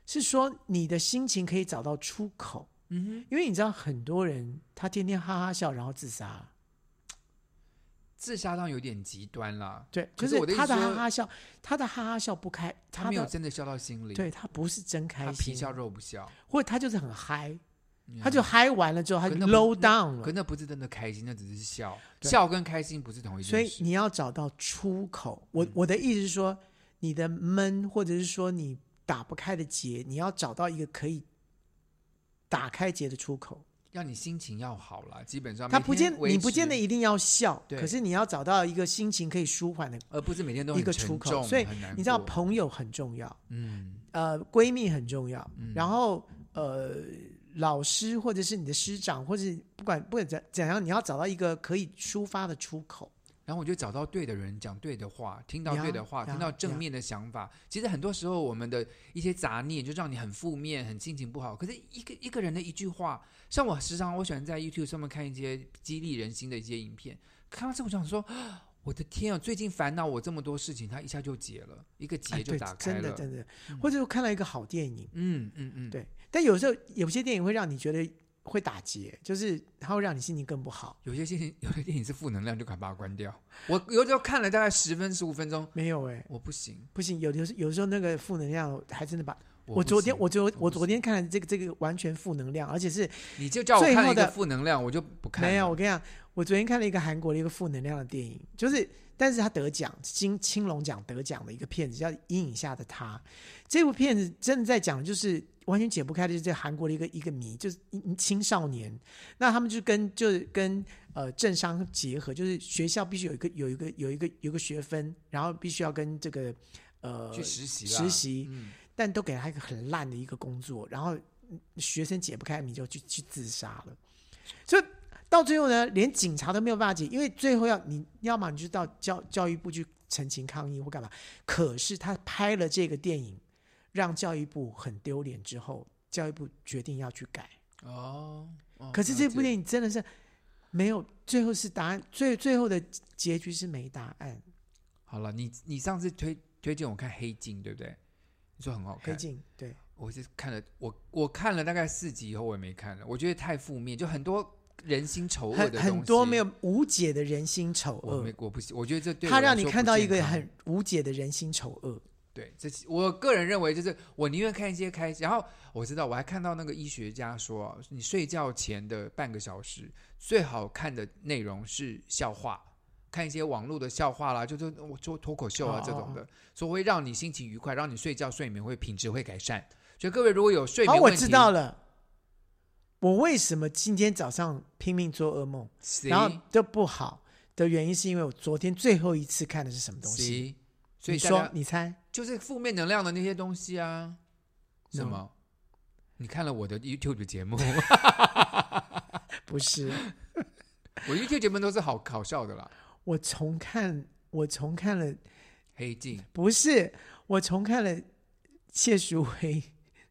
S1: 是说你的心情可以找到出口。
S2: 嗯哼，
S1: 因为你知道很多人他天天哈哈笑，然后自杀了。
S2: 自杀倒有点极端啦，
S1: 对，
S2: 可
S1: 就是
S2: 我的意
S1: 他
S2: 思
S1: 的哈
S2: 说
S1: 哈笑，他的哈哈笑不开，
S2: 他
S1: 他
S2: 没有
S1: 的
S2: 真的笑到心里，，
S1: 对他不是真
S2: 他
S1: 开
S2: 皮
S1: 心，
S2: 笑肉不笑，
S1: 或者他就是很嗨，
S2: 嗯
S1: 他就嗨完了之后他就
S2: 可那不
S1: low
S2: 那
S1: down 了
S2: 可。那不是真的开心，那只是笑，
S1: 对
S2: 笑跟开心不是同一
S1: 所
S2: 件
S1: 以
S2: 事。嗯
S1: 你要找到出口。我我的意思是说，你的闷或者是说你打不开的结，你要找到一个可以打开结的出口。
S2: 让你心情要好啦，基本上
S1: 它
S2: 啊每
S1: 不
S2: 天
S1: 见
S2: 维
S1: 你不见
S2: 持
S1: 得一定要笑，
S2: 对
S1: 可是你要找到一个心情可以舒缓的。
S2: 而不是每天都
S1: 一
S2: 很
S1: 个
S2: 沉
S1: 出口
S2: 重
S1: 所以
S2: 很难
S1: 你知道，
S2: 过
S1: 朋友很重要，
S2: 嗯，
S1: 呃，闺蜜很重要，然后呃，老师或者是你的师长，或者是不管不管怎怎样，你要找到一个可以抒发的出口。
S2: 然后我就找到对的人，讲对的话，听到
S1: 呀
S2: 对的话，
S1: 呀
S2: 听到正
S1: 呀
S2: 面的想法。其实很多时候，我们的一些杂念就让你很负面，很心情不好。可是一个一个人的一句话，像我时常我喜欢在 YouTube 上面看一些激励人心的一些影片，看到这我想说， 我的天啊，最近烦恼我这么多事情，它一下就解了，一个
S1: 哎
S2: 结就
S1: 对
S2: 打开
S1: 真的
S2: 了。
S1: 真的，或者我看到一个好电影。
S2: 嗯嗯嗯，
S1: 对，但有时候有些电影会让你觉得会打结，就是它会让你心情更不好。
S2: 有些电影 有些电影是负能量，就赶快把它关掉。我有时候看了大概十分十五分钟，
S1: 没有哎、
S2: 我不行。
S1: 不行，有的时候有的时候那个负能量还真的把我
S2: 不
S1: 昨天
S2: 行
S1: 我昨
S2: 不
S1: 我
S2: 行
S1: 昨天看了这个这个完全负能量，而且是
S2: 你就叫我看了一
S1: 最
S2: 个
S1: 后的
S2: 负能量，我就不看了。
S1: 没有我跟你讲，我昨天看了一个韩国的一个负能量的电影，就是但是他得奖金青龙奖得奖的一个片子叫《阴影下的他》，这部片子真的在讲就是完全解不开的，就是这韩国的一个一个谜，就是一一青少年，那他们就跟就是跟呃政商结合，就是学校必须有一个有一个有一个有一个学分，然后必须要跟这个呃
S2: 去实习啦，
S1: 实习
S2: 嗯，
S1: 但都给他一个很烂的一个工作，然后嗯学生解不开谜就去去自杀了，所以到最后呢，连警察都没有办法解，因为最后要你要么你就到教教育部去陈情抗议或干嘛，可是他拍了这个电影，让教育部很丢脸之后，教育部决定要去改，
S2: 哦。哦
S1: 可是这部
S2: 了解
S1: 电影真的是没有最后是答案，最最后的结局是没答案，
S2: 好了，你你上次推推荐我看《黑镜》，对不对？你说很好
S1: 黑
S2: 看，
S1: 镜对。
S2: 我是看了我我看了大概四集以后，我也没看了，我觉得太负面，就很多人心丑恶的
S1: 很
S2: 东西，
S1: 很多没有无解的人心丑
S2: 我
S1: 恶
S2: 没，我不喜，我觉得这对
S1: 它
S2: 我来
S1: 让你
S2: 说
S1: 看
S2: 不
S1: 到一
S2: 健
S1: 个
S2: 康
S1: 很无解的人心丑恶。
S2: 对，这是我个人认为就是我宁愿看一些开心。然后我知道我还看到那个医学家说，你睡觉前的半个小时最好看的内容是笑话，看一些网络的笑话啦，就是我脱脱口秀啊
S1: 哦
S2: 这种
S1: 哦
S2: 的，所以会让你心情愉快，让你睡觉睡眠会品质会改善。所以各位如果有睡
S1: 好，
S2: 眠
S1: 我
S2: 问题，
S1: 知道了。我为什么今天早上拼命做噩梦，
S2: See？
S1: 然后都不好的原因，是因为我昨天最后一次看的是什么东西？
S2: See？所以
S1: 你
S2: 大
S1: 说
S2: 家，
S1: 你猜？
S2: 就是负面能量的那些东西啊，什
S1: No
S2: 么？你看了我的 YouTube 的节目，
S1: 不是，
S2: 我 YouTube 节目都是好搞笑的啦，
S1: 我重看，我重看了，
S2: 黑镜。
S1: 不是，我重看了谢淑薇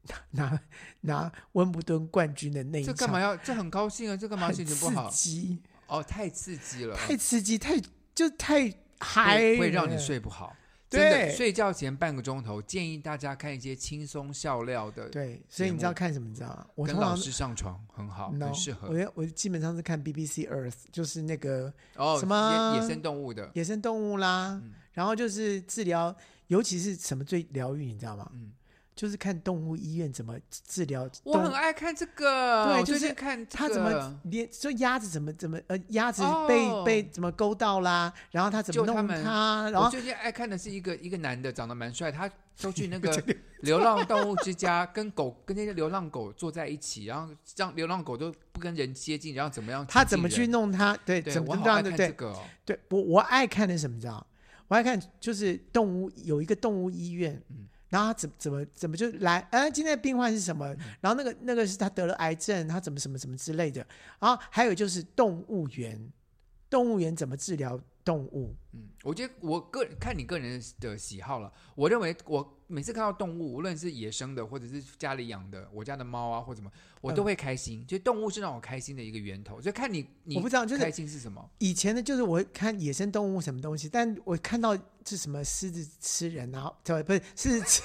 S1: 拿拿拿温布顿冠军的那一
S2: 这
S1: 场，
S2: 干嘛要？这很高兴啊！这干嘛
S1: 很
S2: 心
S1: 刺
S2: 情不好？
S1: 激，
S2: 哦，太刺激了，
S1: 太刺激，太就太嗨
S2: 会
S1: 了，
S2: 会让你睡不好。真的，
S1: 对
S2: 睡觉前半个钟头，建议大家看一些轻松笑料的，
S1: 对，所以
S2: 节
S1: 你知道
S2: 目
S1: 看什么？你知道吗？我
S2: 跟
S1: 通
S2: 老
S1: 常
S2: 师上床很好，
S1: no，
S2: 很适
S1: 我
S2: 合。
S1: 要我基本上是看 BBC Earth，就是那个
S2: 哦，
S1: 什么
S2: 野野生动物的，
S1: 野生动物啦，
S2: 嗯
S1: 然后就是治疗，尤其是什么最疗愈，你知道吗？
S2: 嗯
S1: 就是看动物医院怎么治疗动
S2: 我很
S1: 物，
S2: 爱看这个。
S1: 对
S2: 我
S1: 就
S2: 最
S1: 是
S2: 近看这
S1: 它怎么
S2: 个，
S1: 连就鸭子怎么怎么呃鸭子被、
S2: 哦
S1: 被怎么勾到啦，然后它怎么
S2: 救它
S1: 弄
S2: 们
S1: 它，然
S2: 我
S1: 后
S2: 最近爱看的是一个一个男的，长得蛮帅，他都去 那个 流浪动物之家，跟狗跟那些流浪狗坐在一起，然后让流浪狗都不跟人接近，然后怎么样？
S1: 它怎么去？弄它，对，
S2: 对，
S1: 怎
S2: 我
S1: 么
S2: 好
S1: 这
S2: 爱
S1: 样的
S2: 看这
S1: 对
S2: 个哦。
S1: 对，我我爱看的是什么你知道？我还看就是动物有一个动物医院，
S2: 嗯
S1: 然后他怎怎么怎么就来，啊，今天的病患是什
S2: 嗯
S1: 么？然后那个那个是他得了癌症，他怎么什么什么之类的。然后还有就是动物园，动物园怎么治疗动物？
S2: 嗯，我觉得我个人看你个人的喜好了。我认为我每次看到动物，无论是野生的或者是家里养的，我家的猫啊或什么，我都会开心。就动物是让我开心的一个源头，就看你你
S1: 我不知道，就是
S2: 开心是什么。
S1: 以前的就是我会看野生动物什么东西，但我看到是什么狮子吃人啊，对，不是 狮子吃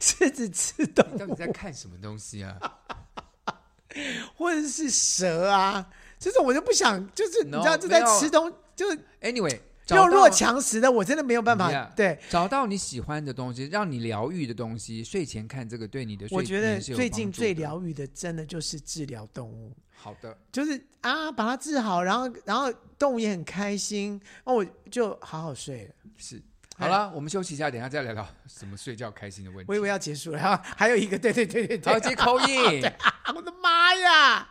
S1: 狮子吃动
S2: 你到底在看什么东西 啊？
S1: 物，或者是蛇啊，这种我就不想，就是
S2: No，
S1: 你知道这在
S2: 没有
S1: 吃东，就是
S2: Anyway，
S1: 弱
S2: 找
S1: 肉
S2: 到
S1: 强食的，我真的没有办法。
S2: Yeah
S1: 对，
S2: 找到你喜欢的东西，让你疗愈的东西，睡前看这个对你的睡
S1: 我觉得
S2: 眠是有
S1: 最近
S2: 帮助
S1: 最
S2: 的
S1: 疗愈的，真的就是治疗动物，
S2: 好的，
S1: 就是啊，把它治好，然后然后动物也很开心，哦，我就好好睡了。
S2: 是好了，我们休息一下，等一下再聊聊怎么睡觉开心的问
S1: 哎我以
S2: 题。
S1: 为要结束了，然后还有一个，对对对对对
S2: 好，，接口音。
S1: 啊，我的妈呀！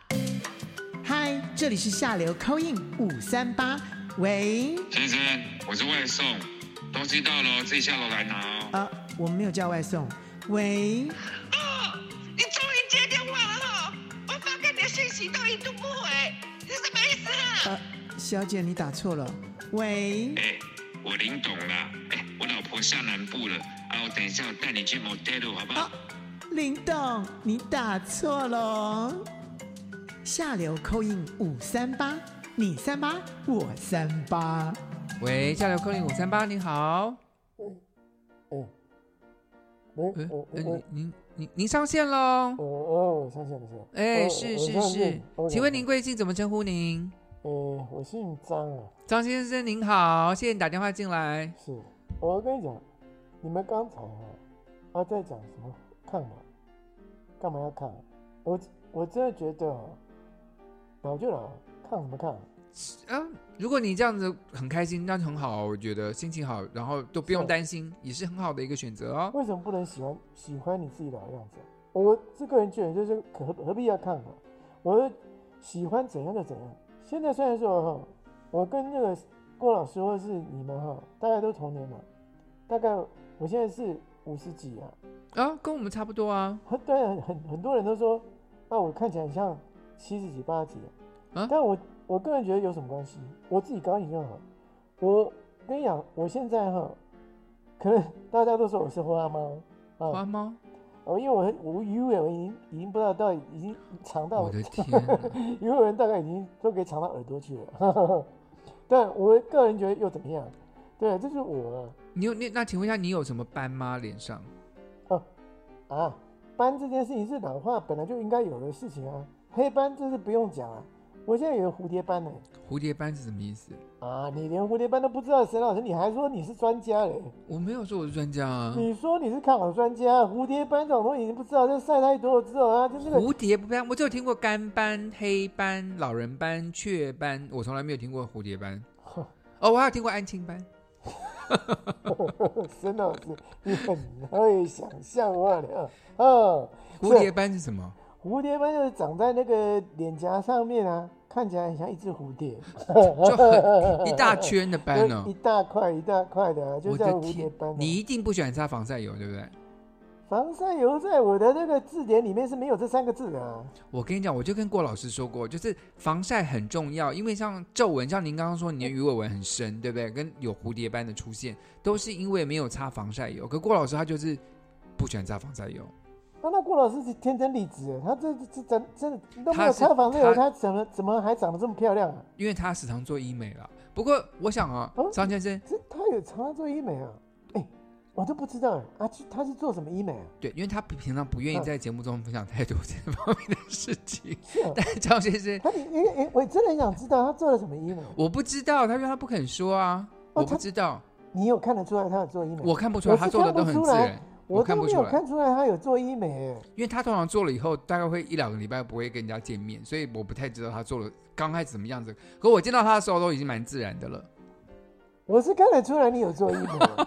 S1: 嗨，这里是下流 c 印五三八，喂，
S4: 先生，我是外送，东西到了哦自己下楼来拿哦。
S1: 呃，我们没有叫外送，喂，
S5: 哦，你终于接电话了哈！我发给你的信息都一度不回，你什么意思啊？
S1: 呃，小姐你打错了，喂，
S4: 哎、我林董啦，哎、我老婆下南部了，啊，我等一下我带你去 motel 好不好？
S1: 啊，林董你打错了哦，下流 c 印五三八，你三八我三八，
S2: 喂，下流扣零五三八，您好。
S6: 哦，哦
S2: 嗯、
S6: 哦
S2: 呃，
S6: 哦
S2: 您您您您上线喽。
S6: 哦哦，上线了上线。
S2: 哎、
S6: 哦
S2: 是
S6: 我
S2: 是
S6: 上
S2: 是
S6: 线哦，
S2: 请问您
S6: 我
S2: 贵姓？怎么称呼您？
S6: 呃，我姓张啊，
S2: 张先生您好，谢谢你打电话进来。
S6: 是。我跟你讲，你们刚才啊，啊在讲什么看嘛？干嘛要看？啊我我真的觉得啊，老就老，看什么看？
S2: 啊，如果你这样子很开心，那很好，我觉得心情好，然后都不用
S6: 是
S2: 担心，也是很好的一个选择哦。
S6: 为什么不能喜欢喜欢你自己老样子啊？我这个人觉得就是可何何必要看嘛？我是喜欢怎样的怎样。现在虽然说哈，我跟那个郭老师或是你们哈，大概都同年嘛，大概我现在是五十几啊。
S2: 啊，跟我们差不多啊。
S6: 很当然很很多人都说，那我看起来很像七十几八十几的，
S2: 啊
S6: 但我我个人觉得有什么关系？我自己高兴就好。我跟你讲，我现在哈，可能大家都说我是花猫啊，
S2: 花猫，
S6: 哦，因为我很我鱼尾纹已经已经不知道到底已经长到
S2: 哦我的天啊，
S6: 鱼尾纹大概已经都可以长到耳朵去了。 但我个人觉得又怎么样？对，这就是我
S2: 你有你那请问一下，你有什么斑吗？脸上？
S6: 啊啊！斑这件事情是老化本来就应该有的事情啊，黑斑这是不用讲啊。我现在有蝴蝶斑呢、
S2: 蝴蝶斑是什么意思？
S6: 啊！你连蝴蝶斑都不知道，沈老师你还说你是专家嘞？
S2: 我没有说我是专家啊。
S6: 你说你是看好专家，蝴蝶斑这种东西你不知道，这晒太多了之后啊，就那个
S2: 蝴蝶不斑，我只有听过干斑、黑斑、老人斑、雀斑，我从来没有听过蝴蝶斑。哦，我还有听过安青斑。
S6: 沈老师，你很会想象我了啊！
S2: 蝴
S6: 是
S2: 蝶斑是什么？
S6: 蝴蝶斑就是长在那个脸颊上面啊，看起来很像一只蝴蝶，
S2: 就很一大圈的斑
S6: 就一
S2: 哦。
S6: 大块一大块的、啊，就
S2: 我
S6: 叫
S2: 的
S6: 蝴蝶
S2: 天
S6: 斑、啊。，
S2: 你一定不喜欢擦防晒油，对不对？
S6: 防晒油在我的那个字典里面是没有这三个字的、啊。
S2: 我跟你讲，我就跟郭老师说过，就是防晒很重要，因为像皱纹，像您刚刚说你的鱼尾纹很深，对不对？跟有蝴蝶斑的出现，都是因为没有擦防晒油。可郭老师他就是不喜欢擦防晒油，
S6: 那啊那郭老师是天生丽质，啊他这这这真真的都没有
S2: 他是
S6: 擦防晒油，
S2: 他
S6: 他怎么怎么还长得这么漂亮啊？
S2: 因为他时常做医美了。不过我想啊
S6: 哦，
S2: 张先生，
S6: 这他有常常做医美啊？哎、我都不知道哎、啊，去他是做什么医美啊？
S2: 对，因为他平常不愿意
S6: 嗯
S2: 在节目中分享太多这方面的事情。
S6: 是啊，
S2: 但张先生，
S6: 他你哎哎，我真的很想知道他做了什么医美。
S2: 我不知道，他说他不肯说啊，
S6: 哦
S2: 我不
S6: 他
S2: 知道，
S6: 你有看得出来他有做医美？
S2: 我看不出来，
S6: 我是
S2: 他做的
S6: 看不
S2: 都很
S6: 出
S2: 自
S6: 来
S2: 然，
S6: 我
S2: 看
S6: 都
S2: 不
S6: 没
S2: 出
S6: 有
S2: 来，
S6: 看出来他有做医美哎。
S2: 因为他通常做了以后，大概会一两个礼拜不会跟人家见面，所以我不太知道他做了刚开始什么样子。可我见到他的时候都已经蛮自然的
S6: 哦
S2: 了，
S6: 我是看得出来你有做医美的，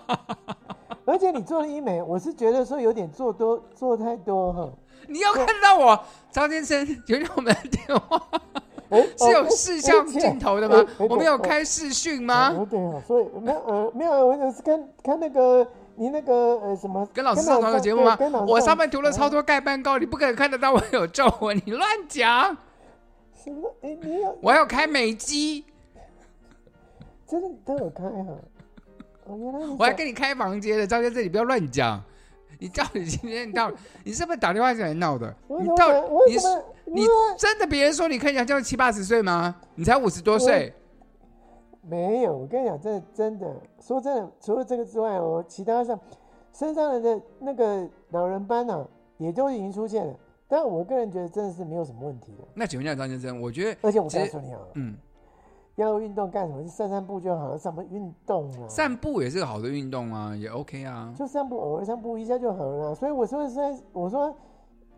S6: 而且你做了医美，我是觉得说有点做多做太多哈。
S2: 你要看到我，张先生，有让我们的电话，
S6: 哎、哎
S2: 是有视像镜头的吗？我们有。
S6: 哎哎哎哎哎哎哎哎
S2: 开视讯
S6: 哦
S2: 吗？
S6: 对哦，所以没有呃没有，我只是看看那个你那个呃什么
S2: 跟老师上同一个节目吗
S6: 对跟老？哦师
S2: 我上面涂了超多盖蛋糕，你不可能看得到我有皱纹，你乱讲！
S6: 什么？哎，你有
S2: 我有开美肌，
S6: 真的你都有开哈？哦，原来你
S2: 我还
S6: 想
S2: 跟你开房间的，赵先生，你不要乱讲。你到底今天你到底，你是不是打电话进来闹的？
S6: 我
S2: 你
S6: 怎么
S2: 到
S6: 可能我
S2: 你
S6: 怎么
S2: 你
S6: 我
S2: 真的别人说你看起来像七八十岁吗？你才五十多岁，
S6: 没有，我跟你讲，真的真的，说真的，除了这个之外，我其他上身上的那那个老人斑呢、也都已经出现了。但我个人觉得真的是没有什么问题的。
S2: 那请问一下张先生，我觉得
S6: 而且我
S2: 其
S6: 告
S2: 实
S6: 诉你啊，
S2: 嗯，
S6: 要运动干什么？就散散步就好了，什么运动啊？
S2: 散步也是个好的运动啊，也 OK 啊。
S6: 就散步，偶尔散步一下就好了啦。所以我说虽然我说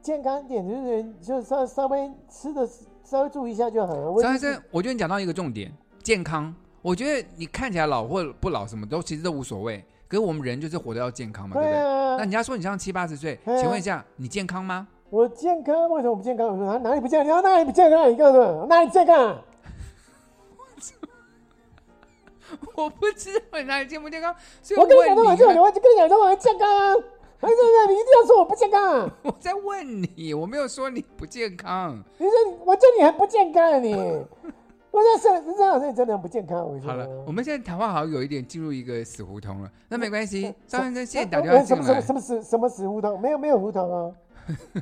S6: 健康一点，就是就稍稍微吃的稍微注意一下就好了。我
S2: 张
S6: 已
S2: 先
S6: 经
S2: 生，我觉得你讲到一个重点，健康。我觉得你看起来老或不老，什么都其实都无所谓。可是我们人就是活得要健康嘛，对不
S6: 对
S2: 对？
S6: 啊
S2: 那，人家说你像七八十岁，
S6: 对啊
S2: 请问一下，你健康吗？
S6: 我健康为什么不健康？我说哪哪里不健康？你说哪里不健康？你告诉我哪里健康啊？
S2: 我不知道你哪里健不健康，所以
S6: 我跟你讲说我
S2: 问
S6: 就
S2: 你啊，
S6: 我就跟你讲说我健康啊，还是不是？你一定要说我不健康啊？
S2: 我在问你，我没有说你不健康。
S6: 你说我叫你很不健康 啊你。我说是，是这老师你真的很不健康。我跟你说
S2: 好了，我们现在谈话好像有一点进入一个死胡同了，那没关系
S6: 嗯。
S2: 张先生现在
S6: 啊
S2: 打
S6: 啊
S2: 电话
S6: 什
S2: 进
S6: 么什么
S2: 来，
S6: 什么死什么死胡同？没有没有胡同 啊，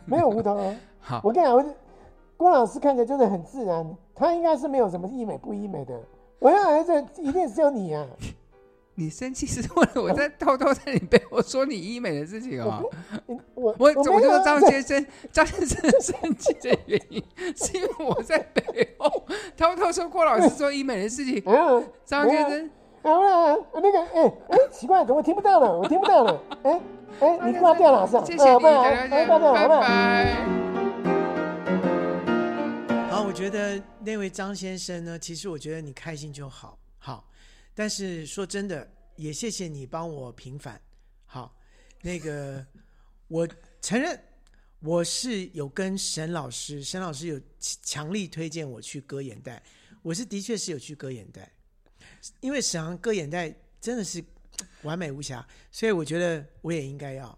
S6: 没有胡同啊。
S2: 好，
S6: 我跟你讲，我就郭老师看起来就是很自然，他应该是没有什么医美不医美的。我要儿子一定是有你 啊！
S2: 你生气是为了我在偷偷在你背后说你医美的事情啊、
S6: 你
S2: 我
S6: 我我
S2: 我
S6: 没
S2: 就
S6: 有
S2: 说
S6: 啊
S2: 张先生，张先生生气的原因是因为我在背后偷偷说郭老师做医美的事情。
S6: 没有 啊
S2: 张先生，
S6: 没有啊，啊那个哎哎，奇怪，怎么听不到了？我听不到了，哎哎，你挂掉了是吧？
S2: 谢谢
S6: 啊
S2: 你，
S6: 不然
S2: 大家
S6: 哎
S2: 见，
S6: 挂掉了，
S2: 拜
S6: 好不好
S2: 拜。
S1: 好，我觉得那位张先生呢，其实我觉得你开心就好，好。但是说真的，也谢谢你帮我平反。好，那个我承认我是有跟沈老师，沈老师有强力推荐我去割眼袋，我是的确是有去割眼袋，因为沈航割眼袋真的是完美无瑕，所以我觉得我也应该要。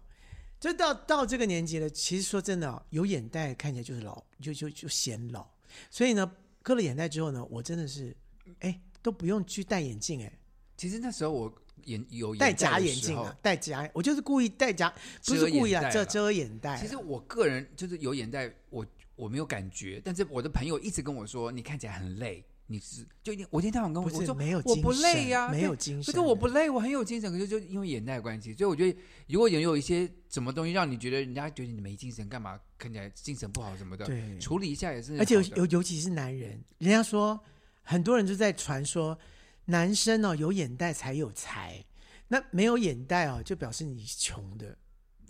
S1: 就到到这个年纪了，其实说真的、哦，有眼袋看起来就是老，就就就显老。所以呢，割了眼袋之后呢，我真的是，哎，都不用去戴眼镜，哎，
S2: 其实那时候我眼有眼
S1: 戴
S2: 袋
S1: 假
S2: 的
S1: 眼
S2: 时
S1: 镜
S2: 候
S1: 啊，戴假，我就是故意戴假，不
S2: 遮
S1: 是
S2: 眼
S1: 故意啊，
S2: 袋
S1: 遮
S2: 啦
S1: 遮眼袋啊。
S2: 其实我个人就是有眼袋，我我没有感觉，但是我的朋友一直跟我说，你看起来很累，你是就一定我今天早上跟我
S1: 不
S2: 我
S1: 是
S2: 说
S1: 没有
S2: 我
S1: 精
S2: 不累呀、
S1: 神，没
S2: 对
S1: 有精神。
S2: 可是我不，累，我很有精神，可是就因为眼袋的关系，所以我觉得如果人有一些什么东西让你觉得人家觉得你没精神，干嘛看起来精神不好什么的，
S1: 对
S2: 处理一下也是好的。
S1: 而且尤尤尤其是男人，人家说很多人就在传说，男生哦有眼袋才有才，那没有眼袋哦就表示你穷的。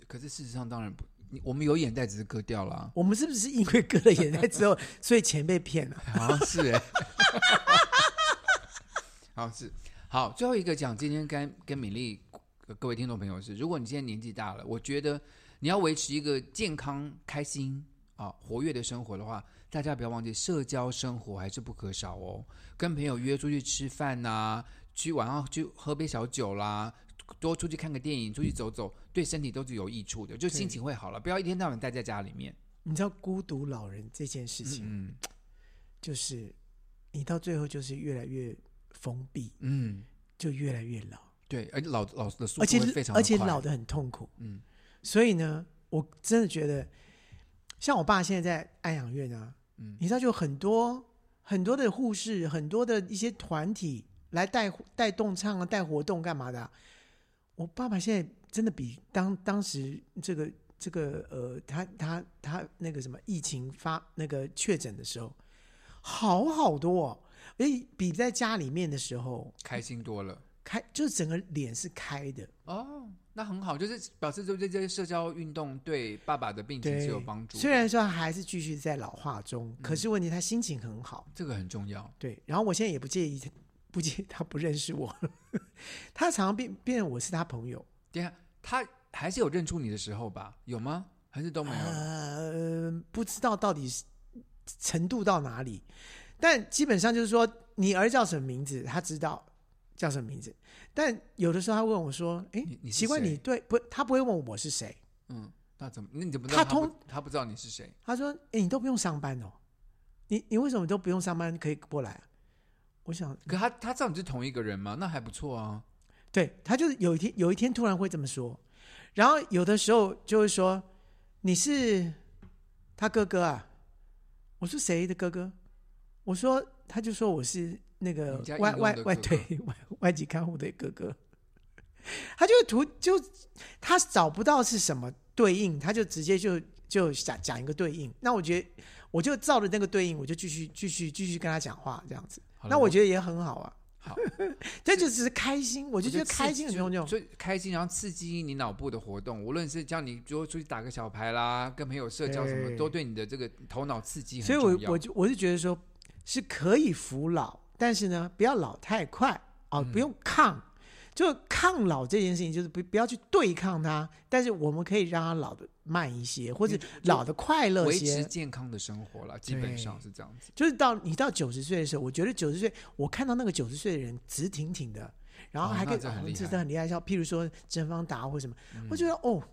S2: 可是事实上当然不，你我们有眼袋只是割掉了啊、
S1: 我们是不是因为割了眼袋之 后，所以钱被骗了？
S2: 好像是哎、 好像是好。最后一个讲今天跟跟米粒呃各位听众朋友是，如果你现在年纪大了，我觉得你要维持一个健康、开心啊、活跃的生活的话，大家不要忘记社交生活还是不可少哦。跟朋友约出去吃饭呐、去晚上去喝杯小酒啦。多出去看个电影，出去走走，对身体都是有益处的，就心情会好了。不要一天到晚待在家里面。
S1: 你知道孤独老人这件事情，
S2: 嗯
S1: 就是你到最后就是越来越封闭，
S2: 嗯，
S1: 就越来越老，
S2: 对，而且老老的速
S1: 而
S2: 度
S1: 且
S2: 会非常
S1: 而且
S2: 快
S1: 老的很痛苦。
S2: 嗯，
S1: 所以呢，我真的觉得，像我爸现在在安养院啊，
S2: 嗯
S1: 你知道，就很多很多的护士，很多的一些团体来带带动唱啊，带活动干嘛的啊、我爸爸现在真的比当当时这个这个呃，他他他那个什么疫情发那个确诊的时候，好好多、哦，而且比在家里面的时候
S2: 开心多了。
S1: 开，就是整个脸是开的。
S2: 哦，那很好，就是表示对这些社交运动对爸爸的病情
S1: 对，
S2: 是有帮助的。嗯
S1: 虽然说他还是继续在老化中，可是问题他心情很好。
S2: 这个很重要，
S1: 对，然后我现在也不介意，不介意他不认识我， 他常常变变成我是他朋友。
S2: 等一下他还是有认出你的时候吧？有吗？还是都没有？
S1: 呃呃，不知道到底是程度到哪里，但基本上就是说，你儿叫什么名字，他知道叫什么名字。但有的时候他问我说：“哎
S2: 你，你是
S1: 奇怪，
S2: 谁
S1: 你对不？”他不会问我是谁，
S2: 嗯，那怎么？那你怎么知道
S1: 他
S2: 不
S1: 通
S2: 他不知道你是谁？
S1: 他说：“哎，你都不用上班哦，你你为什么都不用上班可以过来啊、我想，
S2: 可他他知道你是同一个人吗？那还不错啊。
S1: 对他就是有一天有一天突然会这么说，然后有的时候就会说你是他哥哥啊，我说谁的哥哥？我说他就说我是那个
S2: 你家
S1: 外
S2: 义工
S1: 外
S2: 的
S1: 外
S2: 哥哥
S1: 对外外籍看护的哥哥，他就图就他找不到是什么对应，他就直接就就讲讲一个对应。那我觉得我就照着那个对应，我就继续继续继续跟他讲话这样子。
S2: 好了
S1: 那我
S2: 我
S1: 觉得也很好啊。
S2: 好，
S1: 这就只是开心， 我就觉得开心很重要。
S2: 所以开心，然后刺激你脑部的活动，无论是叫你就出去打个小牌啦，跟朋友社交什么，
S1: 对
S2: 都对你的这个头脑刺激很
S1: 所以
S2: 重
S1: 我
S2: 要。
S1: 我就我是觉得说，是可以服老，但是呢，不要老太快啊、哦不
S2: 嗯
S1: 用抗。就抗老这件事情，就是不不要去对抗它，但是我们可以让它老的慢一些，或者老的快乐
S2: 维持
S1: 些。
S2: 健康的生活啦，基本
S1: 对
S2: 上是这样子。
S1: 就是到你到九十岁的时候，我觉得九十岁，我看到那个九十岁的人直挺挺的，然后
S2: 哦
S1: 还可以
S2: 那这很
S1: 哦
S2: 厉害嗯
S1: 这真的很厉害。像譬如说甄方达或什么，我觉得哦，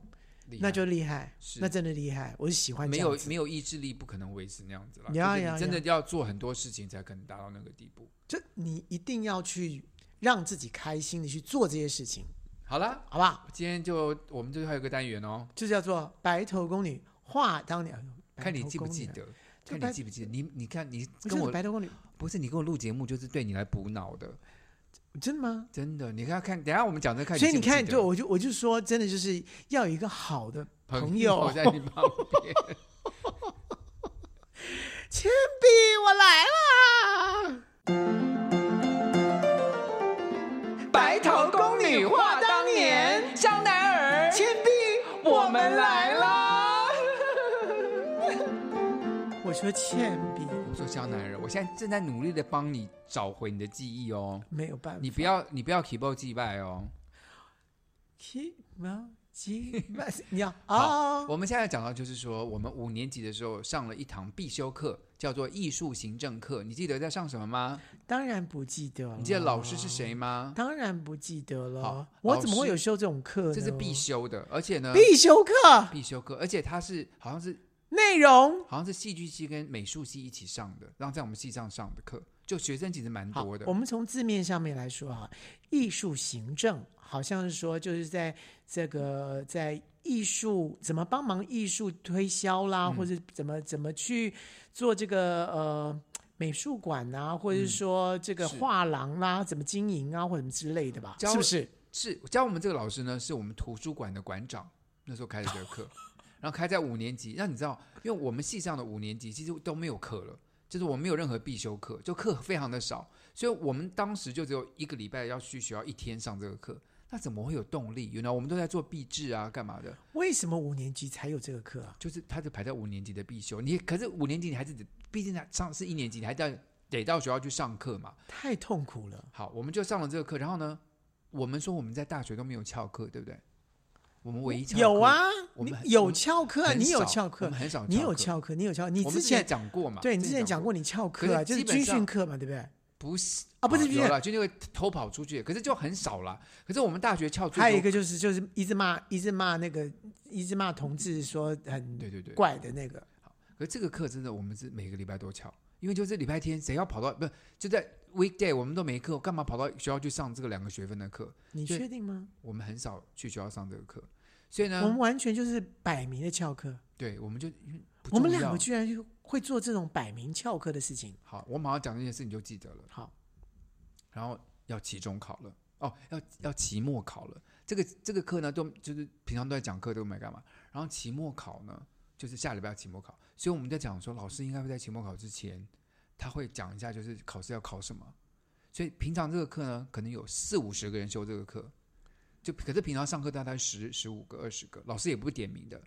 S2: 厉
S1: 那
S2: 害
S1: 就厉害，
S2: 是
S1: 那真的厉害，我是喜欢这
S2: 没
S1: 样
S2: 有
S1: 子
S2: 没有意志力，不可能维持那样子啦。
S1: 呀
S2: 就是
S1: 呀
S2: 你真的
S1: 呀
S2: 要做很多事情才可能达到那个地步。
S1: 就你一定要去让自己开心的去做这些事情，
S2: 好啦，
S1: 好不好？
S2: 今天就我们最后还有一个单元哦，
S1: 就叫做白头宫女话当年。
S2: 看你记不记
S1: 白头宫女啊？
S2: 得，
S1: 就
S2: 看
S1: 白
S2: 你记不记得。你你看你
S1: 不
S2: 跟
S1: 是
S2: 我
S1: 白头宫女，
S2: 不是你跟我录节目，就是对你来补脑的，
S1: 真的吗？
S2: 真的。你看看，等一下我们讲这看，
S1: 所以你
S2: 记不记
S1: 看，
S2: 得
S1: 对我就我就说，真的就是要有一个好的
S2: 朋
S1: 朋友。
S2: 在你旁边，
S1: 铅笔，我来啦！
S3: 白头宫女话当年，香奈儿、铅笔，我们来啦！
S1: 我说铅笔
S2: 我说香男人，我现在正在努力的帮你找回你的记忆哦，
S1: 没有办法，
S2: 你不要你不要 keep 祭拜哦。
S1: keep 你要
S2: 好，
S1: 哦，
S2: 我们现在讲到就是说，我们五年级的时候上了一堂必修课，叫做艺术行政课。你记得在上什么吗？
S1: 当然不记得了。
S2: 你记得老师是？谁吗？
S1: 当然不记得了
S2: 好。
S1: 我怎么会
S2: 老师
S1: 有修这种课呢？
S2: 这是必修的，而且呢，
S1: 必修课
S2: 必修课，而且它是好像是
S1: 内容。
S2: 好像是戏剧系跟美术系一起上的，然后在我们系上上的课，就学生其实蛮
S1: 好
S2: 多的。
S1: 我们从字面上面来说哈，艺术行政好像是说就是在这个在艺术怎么帮忙艺术推销啦，
S2: 嗯
S1: 或者怎么怎么去做这个呃。美术馆啊，或者是说这个
S2: 嗯是
S1: 画廊啦、怎么经营啊，或者什么之类的吧，
S2: 教
S1: 是不是？
S2: 是教我们这个老师呢，是我们图书馆的馆长，那时候开的这个课，然后开在五年级。那你知道，因为我们系上的五年级其实都没有课了，就是我们没有任何必修课，就课非常的少，所以我们当时就只有一个礼拜要去学校一天上这个课，那怎么会有动力？原来我们都在做壁纸啊，干嘛的？
S1: 为什么五年级才有这个课啊？
S2: 就是他就排在五年级的必修，你可是五年级你还是得，毕竟他上是一年级，你还得得到学校去上课嘛。
S1: 太痛苦了。
S2: 好，我们就上了这个课，然后呢，我们说我们在大学都没有翘课，对不对？我们唯一翘
S1: 有
S2: 课
S1: 啊，
S2: 我
S1: 你
S2: 们很
S1: 有
S2: 我们
S1: 翘课啊，
S2: 很
S1: 你有
S2: 少
S1: 翘
S2: 我
S1: 课
S2: 们，很少，
S1: 你有，翘课，你有翘，你
S2: 我们
S1: 之前
S2: 讲过嘛？
S1: 对你之前讲过你翘课啊，
S2: 可是
S1: 就是
S2: 基本
S1: 军训
S2: 上
S1: 课嘛，对不对？
S2: 不是
S1: 啊不是
S2: 哦
S1: 军
S2: 有
S1: 训
S2: 了，就那个偷跑出去，可是就很少了。可是我们大学翘最
S1: 还有一
S2: 多
S1: 个就是就是一直骂一直骂那个一直骂同志说很
S2: 对对对，
S1: 怪的那个，
S2: 可是这个课真的我们是每个礼拜都翘，因为就是礼拜天谁要跑到不是就在 weekday 我们都没课，干嘛跑到学校去上这个两个学分的课？
S1: 你
S2: 对
S1: 确定吗？
S2: 我们很少去学校上这个课，所以呢
S1: 我，们完全就是摆明的翘课，
S2: 对我们就因为不
S1: 我们
S2: 重
S1: 两
S2: 要
S1: 个居然就会做这种摆明翘课的事情。
S2: 好，我马上讲这件事你就记得了。
S1: 好，
S2: 然后要期中考了，哦，要要期末考了。这个这个课呢，都就是平常都在讲课，都没干嘛。然后期末考呢，就是下礼拜要期末考，所以我们在讲说，老师应该会在期末考之前，他会讲一下就是考试要考什么。所以平常这个课呢，可能有四五十个人修这个课，就可是平常上课大概十十五个、二十个，老师也不点名的，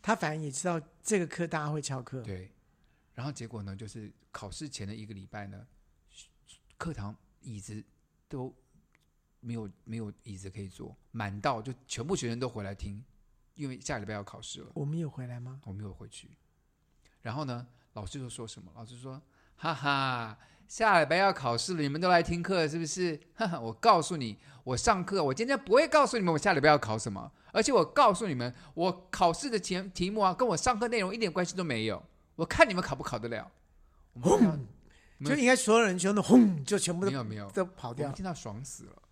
S1: 他反正也知道这个课大家会翘课，
S2: 对，然后结果呢，就是考试前的一个礼拜呢，课堂椅子都没有没有椅子可以坐，满到就全部学生都回来听，因为下礼拜要考试了，
S1: 我们有回来吗？
S2: 我没有回去。然后呢，老师就说什么？老师说：“哈哈，下礼拜要考试了，你们都来听课是不是？哈哈，我告诉你，我上课，我今天不会告诉你们我下礼拜要考什么，而且我告诉你们，我考试的前题目啊，跟我上课内容一点关系都没有。我看你们考不考得了。我们看到
S1: 嗯就应该所有人全都轰，就全部
S2: 没
S1: 都
S2: 有没有
S1: 都跑
S2: 我
S1: 掉
S2: 们。听到爽死了，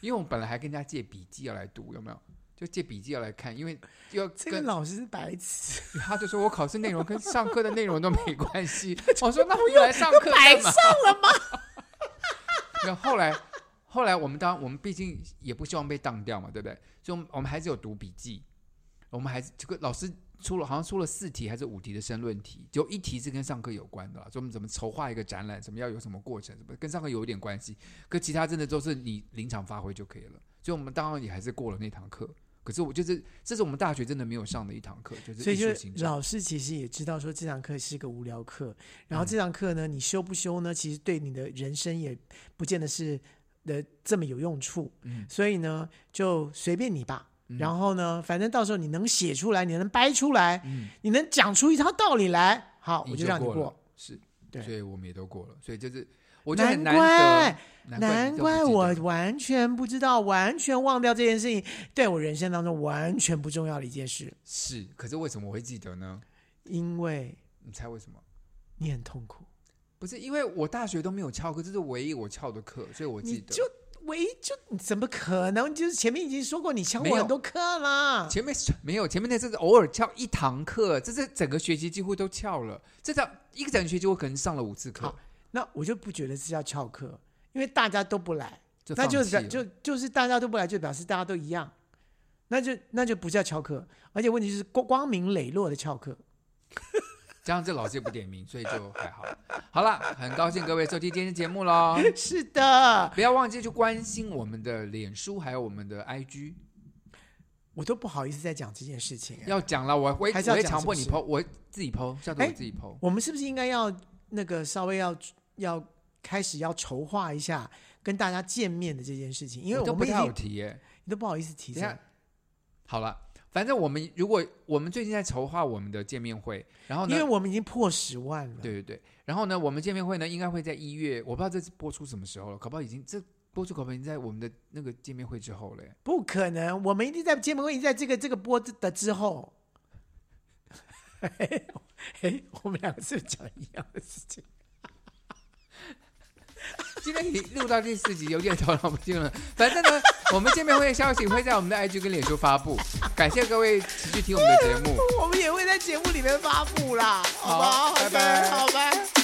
S2: 因为我们本来还跟人家借笔记要来读，有没有？就借笔记要来看，因为要
S1: 这个
S2: 跟
S1: 老师是白痴，
S2: 他就说我考试内容跟上课的内容都 没关系。我说那不用来上课
S1: 白
S2: 干嘛
S1: 上？了吗？
S2: 那后来，后来我们当我们毕竟也不希望被当掉嘛，对不对？所以我们我们还是有读笔记，我们还是这个老师出了好像出了四题还是五题的申论题，只有一题是跟上课有关的啦，所以我们怎么筹划一个展览，什么要有什么过程，什么跟上课有一点关系，可其他真的都是你临场发挥就可以了。所以我们当然也还是过了那堂课。可是我就是，这是我们大学真的没有上的一堂课，就是
S1: 所以
S2: 艺术
S1: 就
S2: 行
S1: 是
S2: 政。
S1: 老师其实也知道说这堂课是个无聊课，然
S2: 嗯
S1: 后这堂课呢，你修不修呢，其实对你的人生也不见得是呃这么有用处，
S2: 嗯
S1: 所以呢就随便你吧。然后呢，反正到时候你能写出来，你能掰出来，
S2: 嗯
S1: 你能讲出一套道理来，好，我
S2: 就
S1: 让你
S2: 过了，是，
S1: 对
S2: 所以我们也都过了，所以就是，我就很
S1: 难
S2: 难得
S1: 怪，，
S2: 难
S1: 难怪
S2: 怪你都不记得
S1: 我完全不知道，完全忘掉这件事情，对我人生当中完全不重要的一件事，
S2: 是，可是为什么我会记得呢？
S1: 因为
S2: 你猜为什么？
S1: 你很痛苦，
S2: 不是因为我大学都没有翘课，这是唯一我翘的课，所以我
S1: 你
S2: 记得。
S1: 就唯一就你怎么可能？就是前面已经说过，你抢
S2: 没有
S1: 我很多课啦。
S2: 前面是没有，前面那阵子偶尔翘一堂课，这是整个学期几乎都翘了。这堂一个整个学期我可能上了五次课
S1: 好，那我就不觉得是要翘课，因为大家都不来，
S2: 就
S1: 那
S2: 放
S1: 就
S2: 弃
S1: 表
S2: 了
S1: 就就是大家都不来，就表示大家都一样，那就那就不叫翘课。而且问题是光光明磊落的翘课。
S2: 这样，这老师也不点名，所以就还好。好啦，很高兴各位收听今天的节 目喽，
S1: 是的，
S2: 不要忘记去关心我们的脸书还有我们的 IG。
S1: 我都不好意思再讲这件事情。
S2: 要讲了，我会
S1: 还是
S2: 我
S1: 要
S2: 会
S1: 讲
S2: 强
S1: 是
S2: 迫
S1: 不
S2: 你
S1: 是
S2: PO，我自己 PO，下次我
S1: 哎
S2: 自己 PO。
S1: 我们是不是应该要那个稍微要要开始要筹划一下跟大家见面的这件事情？因为
S2: 我都
S1: 我
S2: 不
S1: 们已
S2: 太
S1: 经
S2: 好提耶、
S1: 你都不好意思提
S2: 等
S1: 这
S2: 一
S1: 个
S2: 下，好了，反正我们如果我们最近在筹划我们的见面会，然后呢
S1: 因为，我们已经破十万了。
S2: 对对对，然后呢，我们见面会呢应该会在一月，我不知道这次播出什么时候了，搞不好已经这播出搞不好已经在我们的那个见面会之后嘞。
S1: 不可能，我们一定在见面会，在这个这个播的之后。 哎，我们两个是不是讲一样的事情？
S2: 今天已经录到第四集，有点头脑不清了。反正呢， 我们见面会的消息会在我们的 IG 跟脸书发布，感谢各位持续听我们的节目。
S1: 我们也会在节目里面发布啦，好不好？
S2: 好拜拜
S1: 好拜。